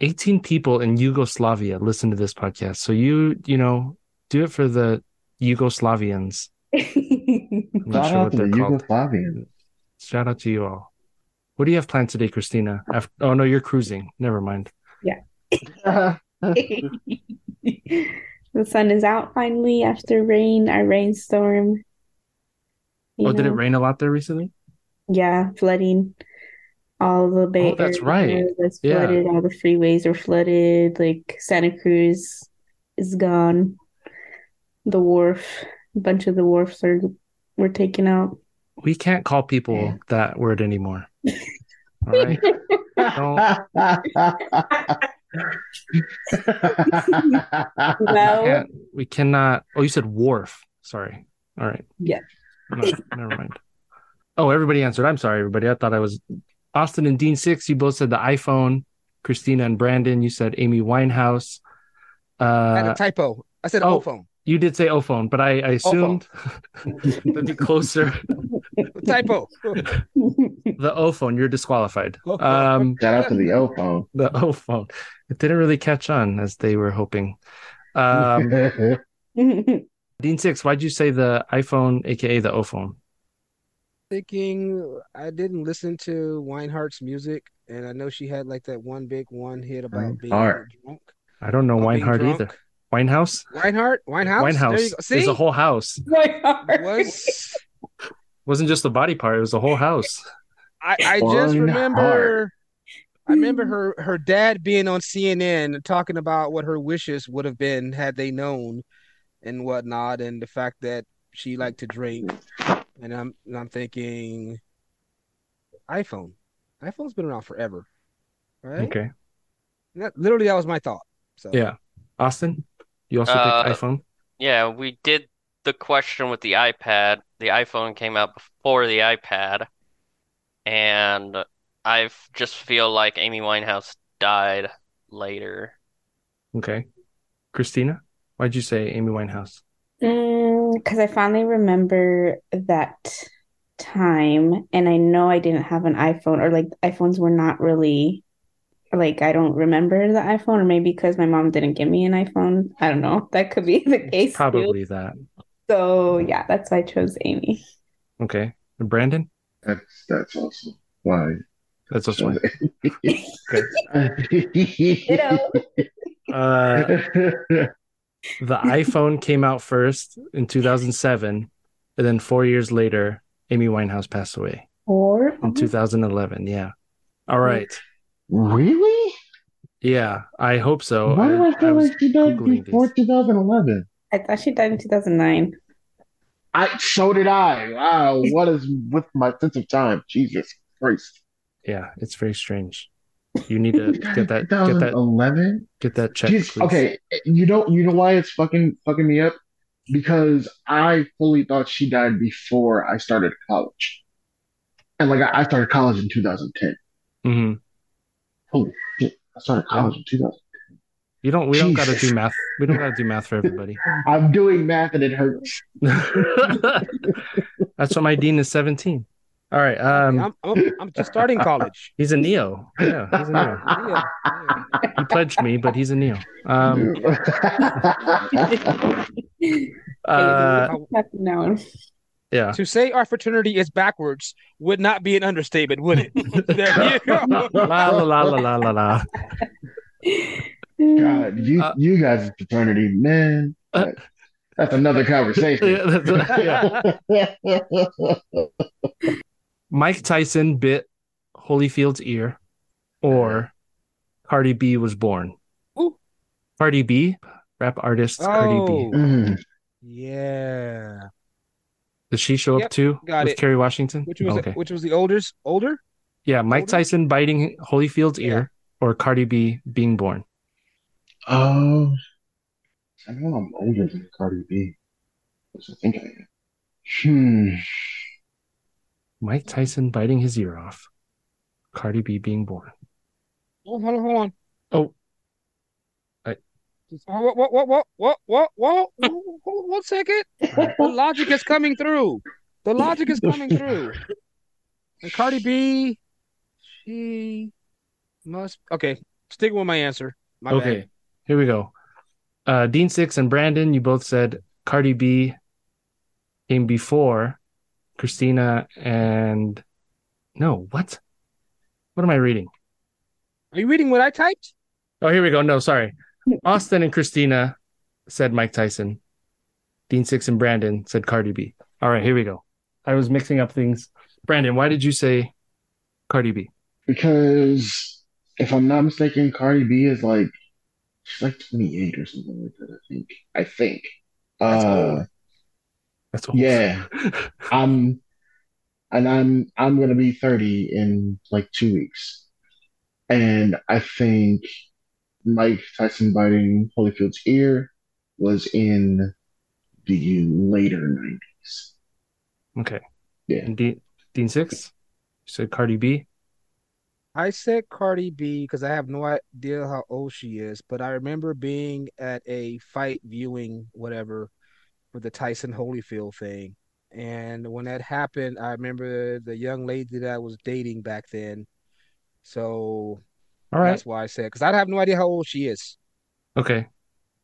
Speaker 2: 18 people in Yugoslavia listen to this podcast. So you, you know, do it for the Yugoslavians. I'm not
Speaker 7: Shout
Speaker 2: sure
Speaker 7: out
Speaker 2: what
Speaker 7: to
Speaker 2: they're
Speaker 7: the
Speaker 2: called.
Speaker 7: Yugoslavians.
Speaker 2: Shout out to you all. What do you have planned today, Christina? After, oh no, you're cruising. Never mind.
Speaker 5: the sun is out finally after rain, a rainstorm. You
Speaker 2: Oh, did it
Speaker 5: know?
Speaker 2: rain a lot there recently?
Speaker 5: Yeah, flooding. All the Bay
Speaker 2: Oh, that's
Speaker 5: Area
Speaker 2: right.
Speaker 5: was
Speaker 2: Yeah.
Speaker 5: flooded. All the freeways were flooded. Like Santa Cruz is gone. The wharf, a bunch of the wharfs are were taken out.
Speaker 2: We can't call people that word anymore. All right.
Speaker 5: Well,
Speaker 2: Can't- we cannot. Oh, you said wharf. Sorry. All right.
Speaker 5: Yeah.
Speaker 2: No, never mind. Oh, everybody answered. I'm sorry, everybody. I thought I was Austin and Dean Six. You both said the iPhone. Christina and Brandon, you said Amy Winehouse.
Speaker 6: I had
Speaker 2: Uh,
Speaker 6: a typo. I said
Speaker 2: Oh.
Speaker 6: old phone.
Speaker 2: You did say Ophone, but I, I assumed that'd be closer.
Speaker 6: Typo.
Speaker 2: The Ophone, you're disqualified.
Speaker 6: Okay.
Speaker 2: Um,
Speaker 7: Shout out to the O phone.
Speaker 2: the Ophone. It didn't really catch on as they were hoping. Um, Dean Six, why'd you say the iPhone, aka the Ophone?
Speaker 6: Thinking I didn't listen to Winehart's music, and I know she had like that one big one hit about being
Speaker 7: Winehart.
Speaker 6: drunk.
Speaker 2: I don't know
Speaker 6: about Oh, being
Speaker 2: Weinhardt
Speaker 6: drunk.
Speaker 2: either. Winehouse?
Speaker 6: Weinhardt? Winehouse? There you
Speaker 2: Winehouse.
Speaker 6: go.
Speaker 2: There's
Speaker 6: See?
Speaker 2: a whole house.
Speaker 5: My heart.
Speaker 6: was
Speaker 2: wasn't just the body part, it was the whole house.
Speaker 6: I, I just
Speaker 7: Wineheart.
Speaker 6: remember I remember her her dad being on CNN and talking about what her wishes would have been had they known and whatnot and the fact that she liked to drink and I'm and I'm thinking iPhone. iPhone's been around forever. Right?
Speaker 2: Okay.
Speaker 6: And that- literally that was my thought. So
Speaker 2: Yeah. Austin, you also
Speaker 8: Uh,
Speaker 2: picked iPhone?
Speaker 8: Yeah, we did the question with the iPad. The iPhone came out before the iPad, and I f- just feel like Amy Winehouse died later.
Speaker 2: Okay. Christina, why'd you say Amy Winehouse?
Speaker 5: Because Mm, I finally remember that time, and I know I didn't have an iPhone, or like iPhones were not really, like, I don't remember the iPhone, or maybe because my mom didn't give me an iPhone. I don't know. That could be the case too.
Speaker 2: Probably that.
Speaker 5: So, yeah, that's why I chose Amy.
Speaker 2: Okay. And Brandon?
Speaker 7: That's that's also why.
Speaker 2: That's also one.
Speaker 5: Ditto.
Speaker 2: Uh, the iPhone came out first in 2007, and then four years later, Amy Winehouse passed away
Speaker 5: Four?
Speaker 2: in 2011. Yeah. All right.
Speaker 7: really?
Speaker 2: Yeah, I hope so.
Speaker 7: Why do I feel
Speaker 2: was
Speaker 7: like she died
Speaker 2: Googling these.
Speaker 7: before 2011?
Speaker 5: I thought she died in 2009.
Speaker 7: I so did I. Wow, what is with my sense of time? Jesus Christ.
Speaker 2: Yeah, it's very strange. You need to get that, get that,
Speaker 7: 2011?
Speaker 2: get that check.
Speaker 7: Jeez, okay, you know you know why it's fucking fucking me up? Because I fully thought she died before I started college. And like I, I started college in 2010.
Speaker 2: hmm
Speaker 7: I started college in 2000.
Speaker 2: You don't. We don't gotta
Speaker 7: Jesus.
Speaker 2: do math. We don't gotta do math for everybody.
Speaker 7: I'm doing math and it hurts.
Speaker 2: That's why my dean is 17. All right. Um,
Speaker 6: I'm, I'm I'm just starting college.
Speaker 2: he's a neo. Yeah, he's a neo.
Speaker 6: Yeah, yeah.
Speaker 2: He pledged me, but he's a neo. Um, uh,
Speaker 5: That's known.
Speaker 2: yeah.
Speaker 6: To say our fraternity is backwards would not be an understatement, would it? there you go.
Speaker 2: La la la la la la la.
Speaker 7: God, you
Speaker 2: Uh,
Speaker 7: you guys are fraternity, man.
Speaker 2: Uh,
Speaker 7: That- that's another conversation.
Speaker 2: Yeah, that's- yeah. Mike Tyson bit Holyfield's ear, or Cardi B was born.
Speaker 6: Uh-huh. Ooh.
Speaker 2: Cardi B, rap artist Cardi B.
Speaker 6: Oh,
Speaker 7: Mm.
Speaker 6: yeah.
Speaker 2: Did she show up
Speaker 6: Yep,
Speaker 2: too
Speaker 6: got
Speaker 2: with
Speaker 6: it.
Speaker 2: Kerry Washington?
Speaker 6: Which was
Speaker 2: okay.
Speaker 6: which was the oldest older?
Speaker 2: yeah, Mike
Speaker 6: older?
Speaker 2: Tyson biting Holyfield's ear, or Cardi B being born.
Speaker 7: Oh, I know I'm older than Cardi B. Which I think I am. Hmm.
Speaker 2: Mike Tyson biting his ear off, Cardi B being born.
Speaker 6: Oh, hold on, hold on.
Speaker 2: Oh. I-
Speaker 6: What, what, what, what, what, what, what, one second.
Speaker 7: Hmm.
Speaker 6: The logic is coming through. The logic is coming through. And Cardi B, she must. Okay, stick with my answer. My bad.
Speaker 2: okay, here we go. Uh, Dean Six and Brandon, you both said Cardi B came before Christina and no, what? What am I reading?
Speaker 6: Are you reading what I typed?
Speaker 2: Oh, here we go. No, sorry. Austin and Christina said Mike Tyson. Dean Six and Brandon said Cardi B. All right, here we go. I was mixing up things. Brandon, why did you say Cardi B?
Speaker 7: Because if I'm not mistaken, Cardi B is like she's like 28 or something like that. I think. I think.
Speaker 6: That's
Speaker 7: Uh,
Speaker 6: old.
Speaker 2: That's all.
Speaker 7: yeah, I'm, and I'm I'm gonna be 30 in like two weeks, and I think Mike Tyson biting Holyfield's ear was in the later 90s.
Speaker 2: Okay.
Speaker 7: Yeah.
Speaker 2: And Dean, Dean Six, you said Cardi B.
Speaker 6: I said Cardi B because I have no idea how old she is, but I remember being at a fight viewing, whatever, with the Tyson Holyfield thing. And when that happened, I remember the young lady that I was dating back then. So
Speaker 2: All right.
Speaker 6: that's why I said, because I have no idea how old she is.
Speaker 2: Okay.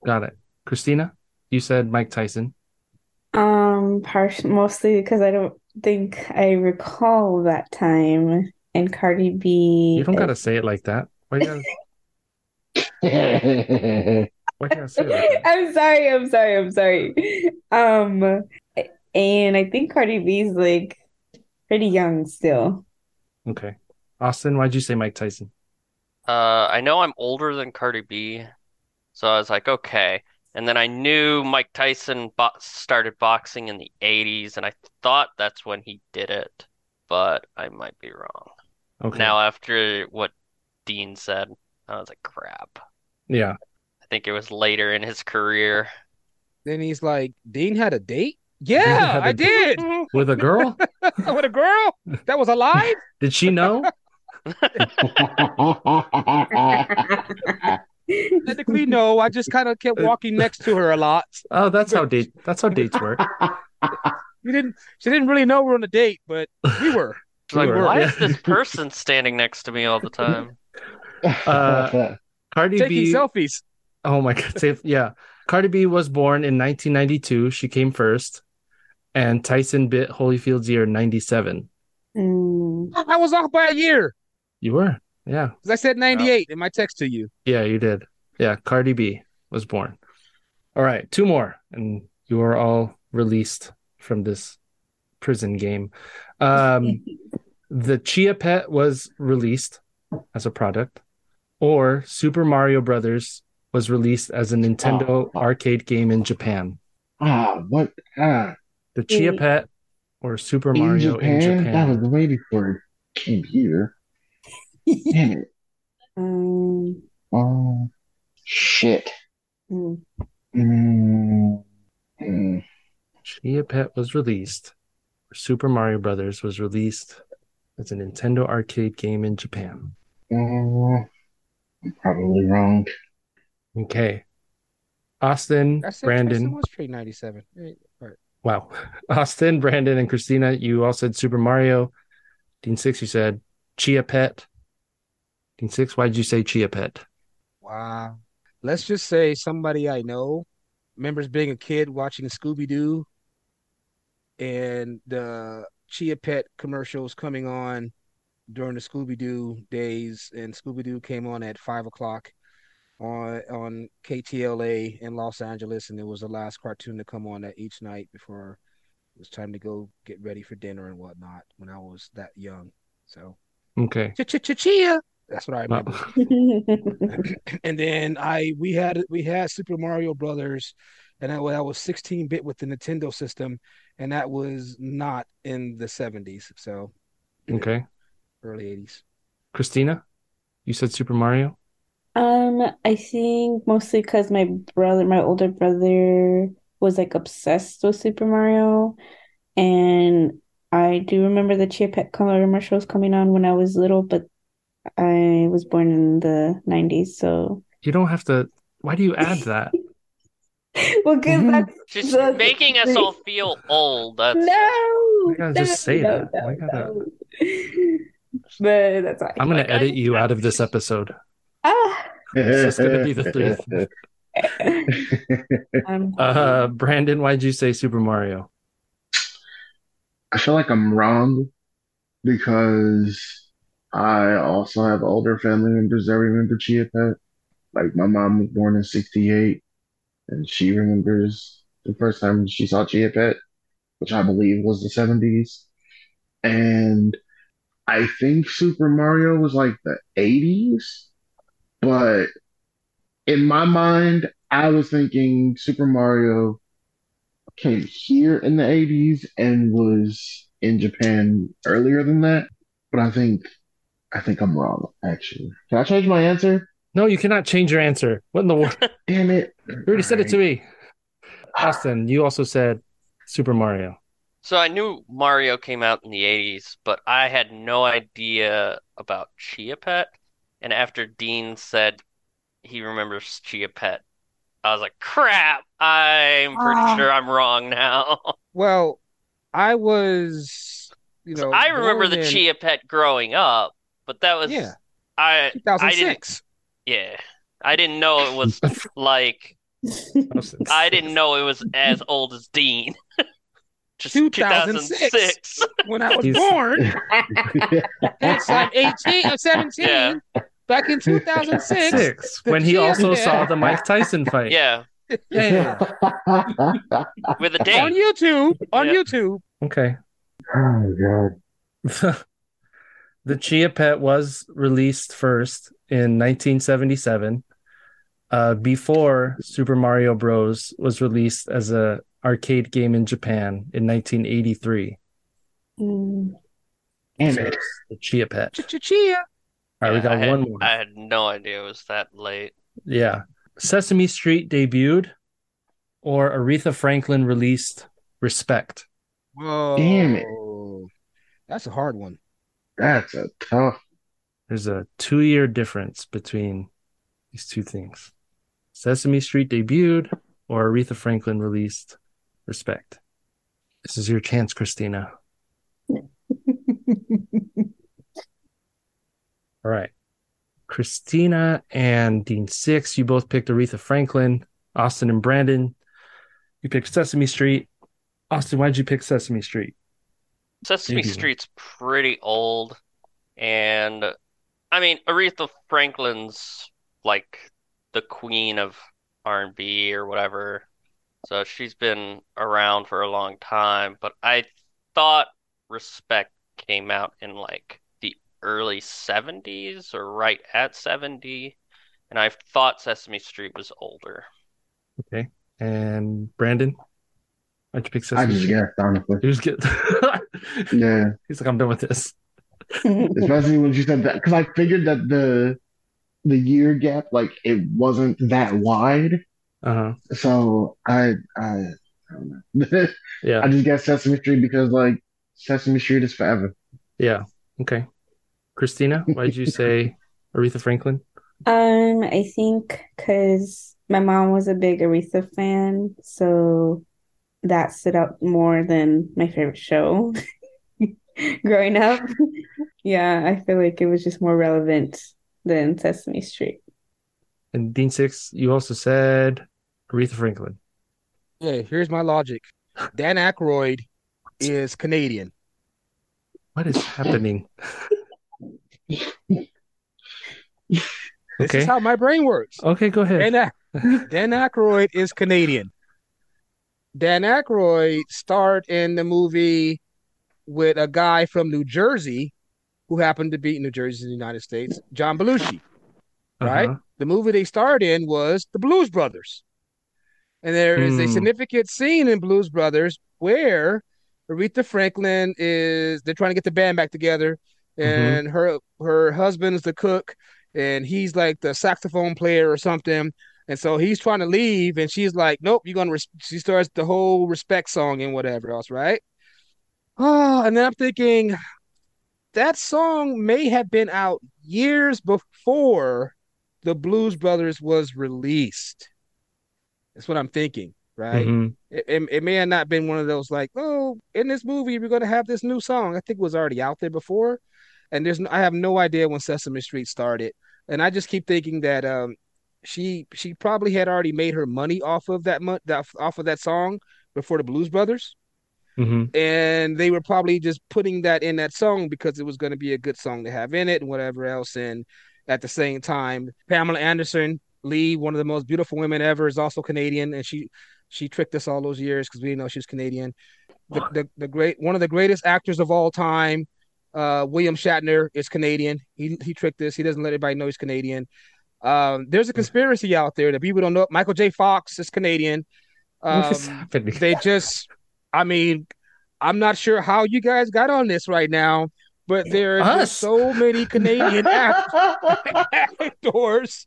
Speaker 2: Got it. Christina, you said Mike Tyson.
Speaker 5: Um, part mostly because I don't think I recall that time. And Cardi B
Speaker 2: You don't gotta say it like that. Why you gotta, why you gotta say it like that?
Speaker 5: I'm sorry, I'm sorry, I'm sorry. Um, and I think Cardi B's like pretty young still.
Speaker 2: Okay. Austin, why'd you say Mike Tyson?
Speaker 8: Uh, I know I'm older than Cardi B, so I was like, okay. And then I knew Mike Tyson bo started boxing in the 80s, and I thought that's when he did it, but I might be wrong.
Speaker 2: Okay.
Speaker 8: Now, after what Dean said, I was like, crap.
Speaker 2: yeah.
Speaker 8: I think it was later in his career.
Speaker 6: Then he's like, Dean had a date?
Speaker 2: had
Speaker 6: Yeah,
Speaker 2: a
Speaker 6: I
Speaker 2: date.
Speaker 6: did.
Speaker 2: With a girl?
Speaker 6: With a girl that was alive?
Speaker 2: Did she know?
Speaker 6: Technically, no. I just kind of kept walking next to her a lot.
Speaker 2: Oh, that's how date that's how dates work.
Speaker 6: We didn't. She didn't really know we were on a date, but we were.
Speaker 8: It's like,
Speaker 2: Sure.
Speaker 8: why
Speaker 2: Yeah.
Speaker 8: is this person standing next to me all the time?
Speaker 7: Ah,
Speaker 2: Uh, Cardi
Speaker 6: taking
Speaker 2: B
Speaker 6: selfies.
Speaker 2: Oh my God. Safe. Yeah. Cardi B was born in 1992. She came first. And Tyson bit Holyfield's year in 97.
Speaker 5: Mm.
Speaker 6: I was off by a year
Speaker 2: You were? Yeah.
Speaker 6: 'Cause I said ninety-eight in my text to you.
Speaker 2: Yeah, you did. Yeah. Cardi B was born. All right. Two more. And you are all released from this prison game. Um, the Chia Pet was released as a product, or Super Mario Brothers was released as a Nintendo
Speaker 7: Oh.
Speaker 2: arcade game in Japan.
Speaker 7: ah, what? Ah,
Speaker 2: The Chia
Speaker 5: Mm.
Speaker 2: Pet or Super
Speaker 7: in
Speaker 2: Mario
Speaker 7: Japan?
Speaker 2: in Japan.
Speaker 7: That was waiting for it. Came here. Damn it.
Speaker 5: Um,
Speaker 7: Oh, shit.
Speaker 5: mm.
Speaker 7: Mm, mm.
Speaker 2: Chia Pet was released. Or Super Mario Brothers was released as a Nintendo arcade game in Japan.
Speaker 7: Uh, I'm probably wrong.
Speaker 2: Okay. Austin,
Speaker 6: I said Tyson
Speaker 2: Brandon.
Speaker 6: was straight ninety-seven. Right. All right.
Speaker 2: Wow. Austin, Brandon, and Christina, you all said Super Mario. Dean Six, you said Chia Pet. Dean Six, why did you say Chia Pet?
Speaker 6: Wow. Let's just say somebody I know remembers being a kid watching Scooby Doo and the Chia Pet commercials coming on during the Scooby Doo days, and Scooby Doo came on at five o'clock on on KTLA in Los Angeles, and it was the last cartoon to come on at each night before it was time to go get ready for dinner and whatnot when I was that young. So
Speaker 2: Okay.
Speaker 6: Chia. That's what I
Speaker 2: Wow.
Speaker 6: remember and then I we had we had Super Mario Brothers, and that, wa- that was 16 bit with the Nintendo system, and that was not in the 70s, so
Speaker 2: Okay.
Speaker 6: early 80s.
Speaker 2: Christina, you said Super Mario?
Speaker 5: Um, I think mostly because my brother, my older brother, was like obsessed with Super Mario, and I do remember the Chia Pet color commercials coming on when I was little, but I was born in the 90s, so
Speaker 2: You don't have to. Why do you add that?
Speaker 5: well, because
Speaker 7: Mhm.
Speaker 5: that's
Speaker 8: She's
Speaker 5: That's
Speaker 8: making us all feel old. That's
Speaker 5: no,
Speaker 2: Why gotta just
Speaker 5: no,
Speaker 2: say
Speaker 5: no,
Speaker 2: that? Why
Speaker 5: no,
Speaker 2: gotta-
Speaker 5: no. But that's why.
Speaker 2: I'm gonna
Speaker 8: Like, I-
Speaker 2: edit you out of this episode.
Speaker 5: Ah.
Speaker 2: It's just gonna be the three of them.
Speaker 5: Um,
Speaker 2: Uh, Brandon, why'd you say Super Mario?
Speaker 7: I feel like I'm wrong because I also have older family members that remember Chia Pet. Like my mom was born in '68, and she remembers the first time she saw Chia Pet, which I believe was the '70s. And I think Super Mario was like the '80s, but in my mind, I was thinking Super Mario came here in the 80s and was in Japan earlier than that. But I think I think I'm wrong, actually. Can I change my answer?
Speaker 2: No, you cannot change your answer. What in the world?
Speaker 7: Damn it.
Speaker 2: You already said it to me. Austin, you also said Super Mario.
Speaker 8: So I knew Mario came out in the 80s, but I had no idea about Chia Pet. And after Dean said he remembers Chia Pet, I was like, crap, I'm pretty
Speaker 5: Ah.
Speaker 8: sure I'm wrong now.
Speaker 6: Well, I was, you
Speaker 5: Oh,
Speaker 6: know,
Speaker 8: I remember
Speaker 6: born
Speaker 8: the
Speaker 6: in
Speaker 8: Chia Pet growing up, but that was
Speaker 6: Yeah.
Speaker 8: I I didn't
Speaker 6: 2006.
Speaker 8: yeah. I didn't know it was like I didn't know it was as old as Dean. Just
Speaker 6: 2006.
Speaker 8: 2006.
Speaker 6: when I was
Speaker 2: He's-
Speaker 6: born. Hence, I'm 18, I'm 17.
Speaker 8: Yeah.
Speaker 6: uh, Back in 2006.
Speaker 2: Six. When he also saw the Mike Tyson fight.
Speaker 8: Yeah,
Speaker 2: Yeah.
Speaker 8: with a
Speaker 6: On
Speaker 8: date.
Speaker 6: YouTube, on
Speaker 8: Yeah.
Speaker 6: YouTube,
Speaker 2: Okay.
Speaker 7: Oh god.
Speaker 2: the Chia Pet was released first in 1977, uh, before Super Mario Bros. was released as a arcade game in Japan in 1983.
Speaker 5: Mm.
Speaker 7: And
Speaker 2: So it's the Chia Pet.
Speaker 6: Ch-ch-chia.
Speaker 2: All right, we
Speaker 8: Yeah, I
Speaker 2: got
Speaker 8: had,
Speaker 2: one more.
Speaker 8: I had no idea it was that late.
Speaker 2: Yeah. Sesame Street debuted, or Aretha Franklin released Respect.
Speaker 6: Whoa.
Speaker 7: Damn it.
Speaker 6: That's a hard one.
Speaker 7: that's a tough.
Speaker 2: There's a two year difference between these two things. Sesame Street debuted, or Aretha Franklin released Respect. This is your chance, Christina. All right. Christina and Dean Six, you both picked Aretha Franklin. Austin and Brandon, you picked Sesame Street. Austin, why'd you pick Sesame Street?
Speaker 8: Sesame
Speaker 2: Maybe.
Speaker 8: Street's pretty old, and I mean Aretha Franklin's like the queen of R&B or whatever. So she's been around for a long time, but I thought Respect came out in like the early 70s or right at 70, and I thought Sesame Street was older.
Speaker 2: And Brandon, why'd you pick
Speaker 7: I
Speaker 2: Sesame
Speaker 7: just
Speaker 2: Street?
Speaker 7: guessed honestly.
Speaker 2: He was get-
Speaker 7: Yeah.
Speaker 2: He's like, I'm done with this.
Speaker 5: Hmm.
Speaker 7: Especially when she said that because I figured that the the year gap, like it wasn't that wide.
Speaker 2: Uh huh.
Speaker 7: So I I, I don't know.
Speaker 2: Yeah.
Speaker 7: I just guessed Sesame Street because like Sesame Street is forever.
Speaker 2: yeah. Okay. Christina, why'd you say Aretha Franklin?
Speaker 5: Um, I think because my mom was a big Aretha fan, so that stood out more than my favorite show growing up. Yeah, I feel like it was just more relevant than Sesame Street.
Speaker 2: And Dean Six, you also said Aretha Franklin.
Speaker 6: Yeah, here's my logic. Dan Aykroyd is Canadian.
Speaker 2: What is happening?
Speaker 6: This
Speaker 2: Okay. Oh,
Speaker 6: is how my brain works.
Speaker 2: Okay, go ahead.
Speaker 6: Dan, Ay- Dan Aykroyd is Canadian. Dan Aykroyd starred in the movie with a guy from New Jersey who happened to be New Jersey in the United States, John Belushi. right?
Speaker 2: Uh-huh.
Speaker 6: The movie they starred in was The Blues Brothers. And there is a
Speaker 2: Hmm.
Speaker 6: significant scene in Blues Brothers where Aretha Franklin is they're trying to get the band back together and her her husband is the cook and he's like the saxophone player or something. And so he's trying to leave and she's like, "Nope, you're going to res-. she starts the whole respect song and whatever else, right? Oh, and then I'm thinking that song may have been out years before the Blues Brothers was released. That's what I'm thinking, right?
Speaker 2: Mhm.
Speaker 6: It, it, it may have not been one of those like, oh, in this movie we're going to have this new song. I think it was already out there before, and there's no, I have no idea when Sesame Street started, and I just keep thinking that um, she she probably had already made her money off of that month that off of that song before the Blues Brothers,
Speaker 2: Mhm.
Speaker 6: and they were probably just putting that in that song because it was going to be a good song to have in it and whatever else. And at the same time, Pamela Anderson Lee, one of the most beautiful women ever, is also Canadian, and she she tricked us all those years because we didn't know she was Canadian. The, the the great one of the greatest actors of all time, uh, William Shatner is Canadian. He he tricked us. He doesn't let anybody know he's Canadian. Um, there's a conspiracy out there that people don't know. Michael J. Fox is Canadian.
Speaker 2: what is
Speaker 6: Um,
Speaker 2: happening?
Speaker 6: they just i mean i'm not sure how you guys got on this right now but there are
Speaker 2: Us?
Speaker 6: just so many canadian act- actors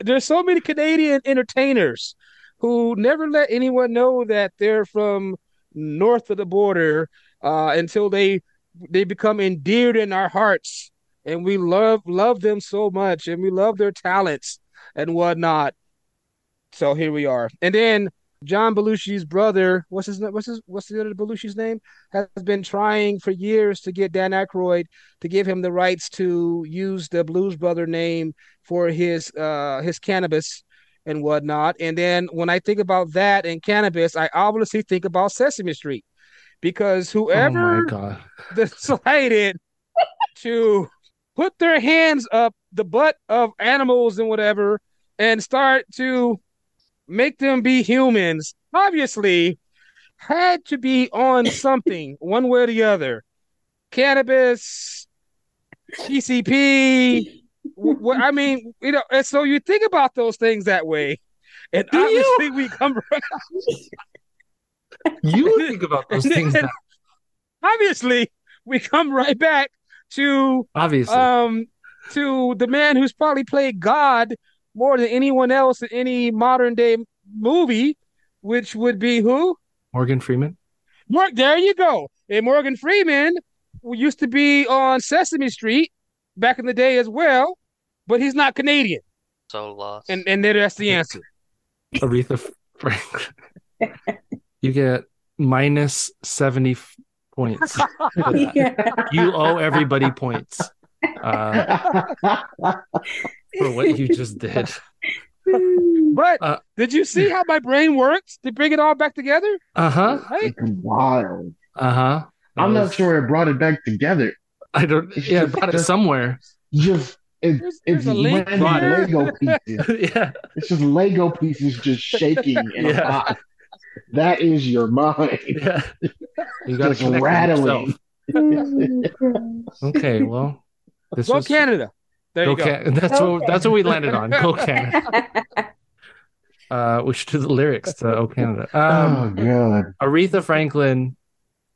Speaker 6: there's so many canadian entertainers who never let anyone know that they're from north of the border uh, until they they become endeared in our hearts and we love love them so much and we love their talents and whatnot. So here we are. And then John Belushi's brother, what's his name? What's his what's the other Belushi's name? Has been trying for years to get Dan Aykroyd to give him the rights to use the Blues Brother name for his uh his cannabis and whatnot. And then when I think about that and cannabis, I obviously think about Sesame Street. Because
Speaker 2: Oh
Speaker 6: whoever
Speaker 2: my god.
Speaker 6: decided to put their hands up the butt of animals and whatever and start to make them be humans obviously had to be on something one way or the other cannabis pcp wh- wh- i mean you know and so you think about those things that way and
Speaker 2: Do you?
Speaker 6: obviously we come
Speaker 2: You think about those things now.
Speaker 6: obviously we come right back to
Speaker 2: obviously.
Speaker 6: um to the man who's probably played God more than anyone else in any modern day movie, which would be who?
Speaker 2: Morgan Freeman.
Speaker 6: Mark. There you go. And Morgan Freeman who used to be on Sesame Street back in the day as well, but he's not Canadian,
Speaker 8: So lost.
Speaker 6: and and there- that's the answer.
Speaker 2: Aretha Franklin. you get minus 70 f- points.
Speaker 5: Yeah.
Speaker 2: you owe everybody points uh, for what you just did.
Speaker 6: But
Speaker 2: Uh,
Speaker 6: did you see how my brain works to bring it all back together?
Speaker 2: Uh huh.
Speaker 6: Right?
Speaker 7: It's wild.
Speaker 2: Uh huh.
Speaker 7: I'm not sure it brought it back together.
Speaker 2: I don't. Yeah, it brought it somewhere.
Speaker 7: Just it,
Speaker 6: There's-
Speaker 7: it's
Speaker 6: there's a link
Speaker 7: random
Speaker 2: there.
Speaker 7: Lego pieces.
Speaker 2: yeah.
Speaker 7: It's just Lego pieces just shaking in
Speaker 2: Yeah.
Speaker 7: a pot. That is your mind.
Speaker 2: Yeah. You got to
Speaker 7: Just
Speaker 2: connect
Speaker 7: rattling.
Speaker 2: rattling. Okay. Well, this
Speaker 6: Go
Speaker 2: was
Speaker 6: Canada. There
Speaker 2: Go
Speaker 6: you go.
Speaker 2: Can- that's
Speaker 5: Go
Speaker 2: what that's what we landed on. Go Canada. Uh, we should do the lyrics to "O Canada." Um,
Speaker 7: oh god.
Speaker 2: Aretha Franklin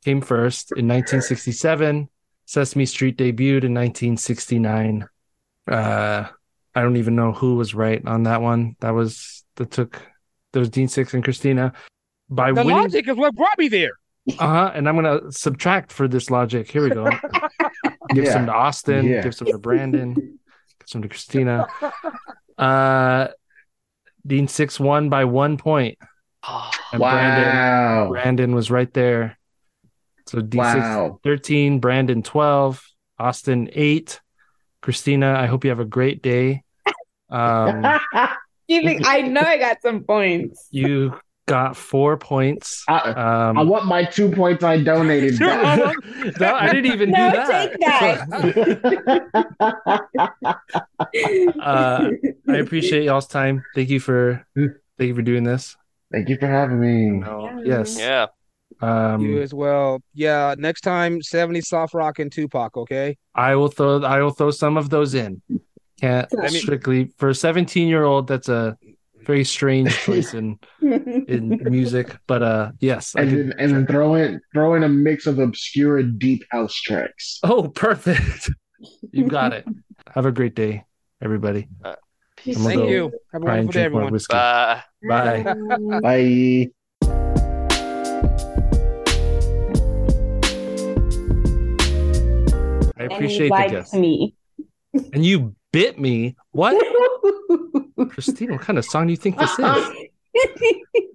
Speaker 2: came first in 1967. Sesame Street debuted in 1969. Uh, I don't even know who was right on that one. That was that took that was Dean Six and Christina. By
Speaker 6: The
Speaker 2: winning,
Speaker 6: logic is what brought me there.
Speaker 2: uh huh. And I'm gonna subtract for this logic. Here we go. give
Speaker 7: Yeah.
Speaker 2: some to Austin.
Speaker 7: Yeah.
Speaker 2: Give some to Brandon. give some to Christina. Uh, Dean Six won by one point,
Speaker 8: Oh,
Speaker 2: and Brandon
Speaker 7: Wow.
Speaker 2: Brandon was right there. So D6
Speaker 7: Oh. Wow.
Speaker 2: 13, Brandon 12, Austin 8. Christina, I hope you have a great day. Um,
Speaker 5: You think I know I got some points.
Speaker 2: you got four points.
Speaker 7: I, I
Speaker 2: Um,
Speaker 7: want my two points I donated
Speaker 6: Sure,
Speaker 7: back.
Speaker 6: I'll-
Speaker 2: no, I didn't even
Speaker 5: No,
Speaker 2: do that.
Speaker 5: take that.
Speaker 2: Uh, I appreciate y'all's time. Thank you for thank you for doing this.
Speaker 7: Thank you for having me.
Speaker 2: No, yes.
Speaker 8: yeah.
Speaker 6: you
Speaker 2: Um,
Speaker 6: as well. Yeah, next time, 70 Soft Rock and Tupac, okay?
Speaker 2: I will throw I will throw some of those in. Can't
Speaker 6: I mean-
Speaker 2: strictly for a 17 year old. That's a very strange choice in in music. But uh yes, I
Speaker 7: And
Speaker 2: did.
Speaker 7: then, and then throw in throw in a mix of obscure deep house tracks.
Speaker 2: Oh, perfect. you got it. Have a great day, everybody.
Speaker 8: Peace.
Speaker 2: I'm gonna
Speaker 6: Thank
Speaker 2: go
Speaker 6: you. Have a
Speaker 2: Try and
Speaker 6: wonderful day,
Speaker 2: drink more
Speaker 6: everyone.
Speaker 2: whiskey.
Speaker 8: Bye.
Speaker 2: Bye.
Speaker 7: Bye.
Speaker 2: I
Speaker 5: And he
Speaker 2: appreciate the
Speaker 5: liked
Speaker 2: guest.
Speaker 5: me.
Speaker 2: And you bit me. What, Christine? What kind of song do you think this is?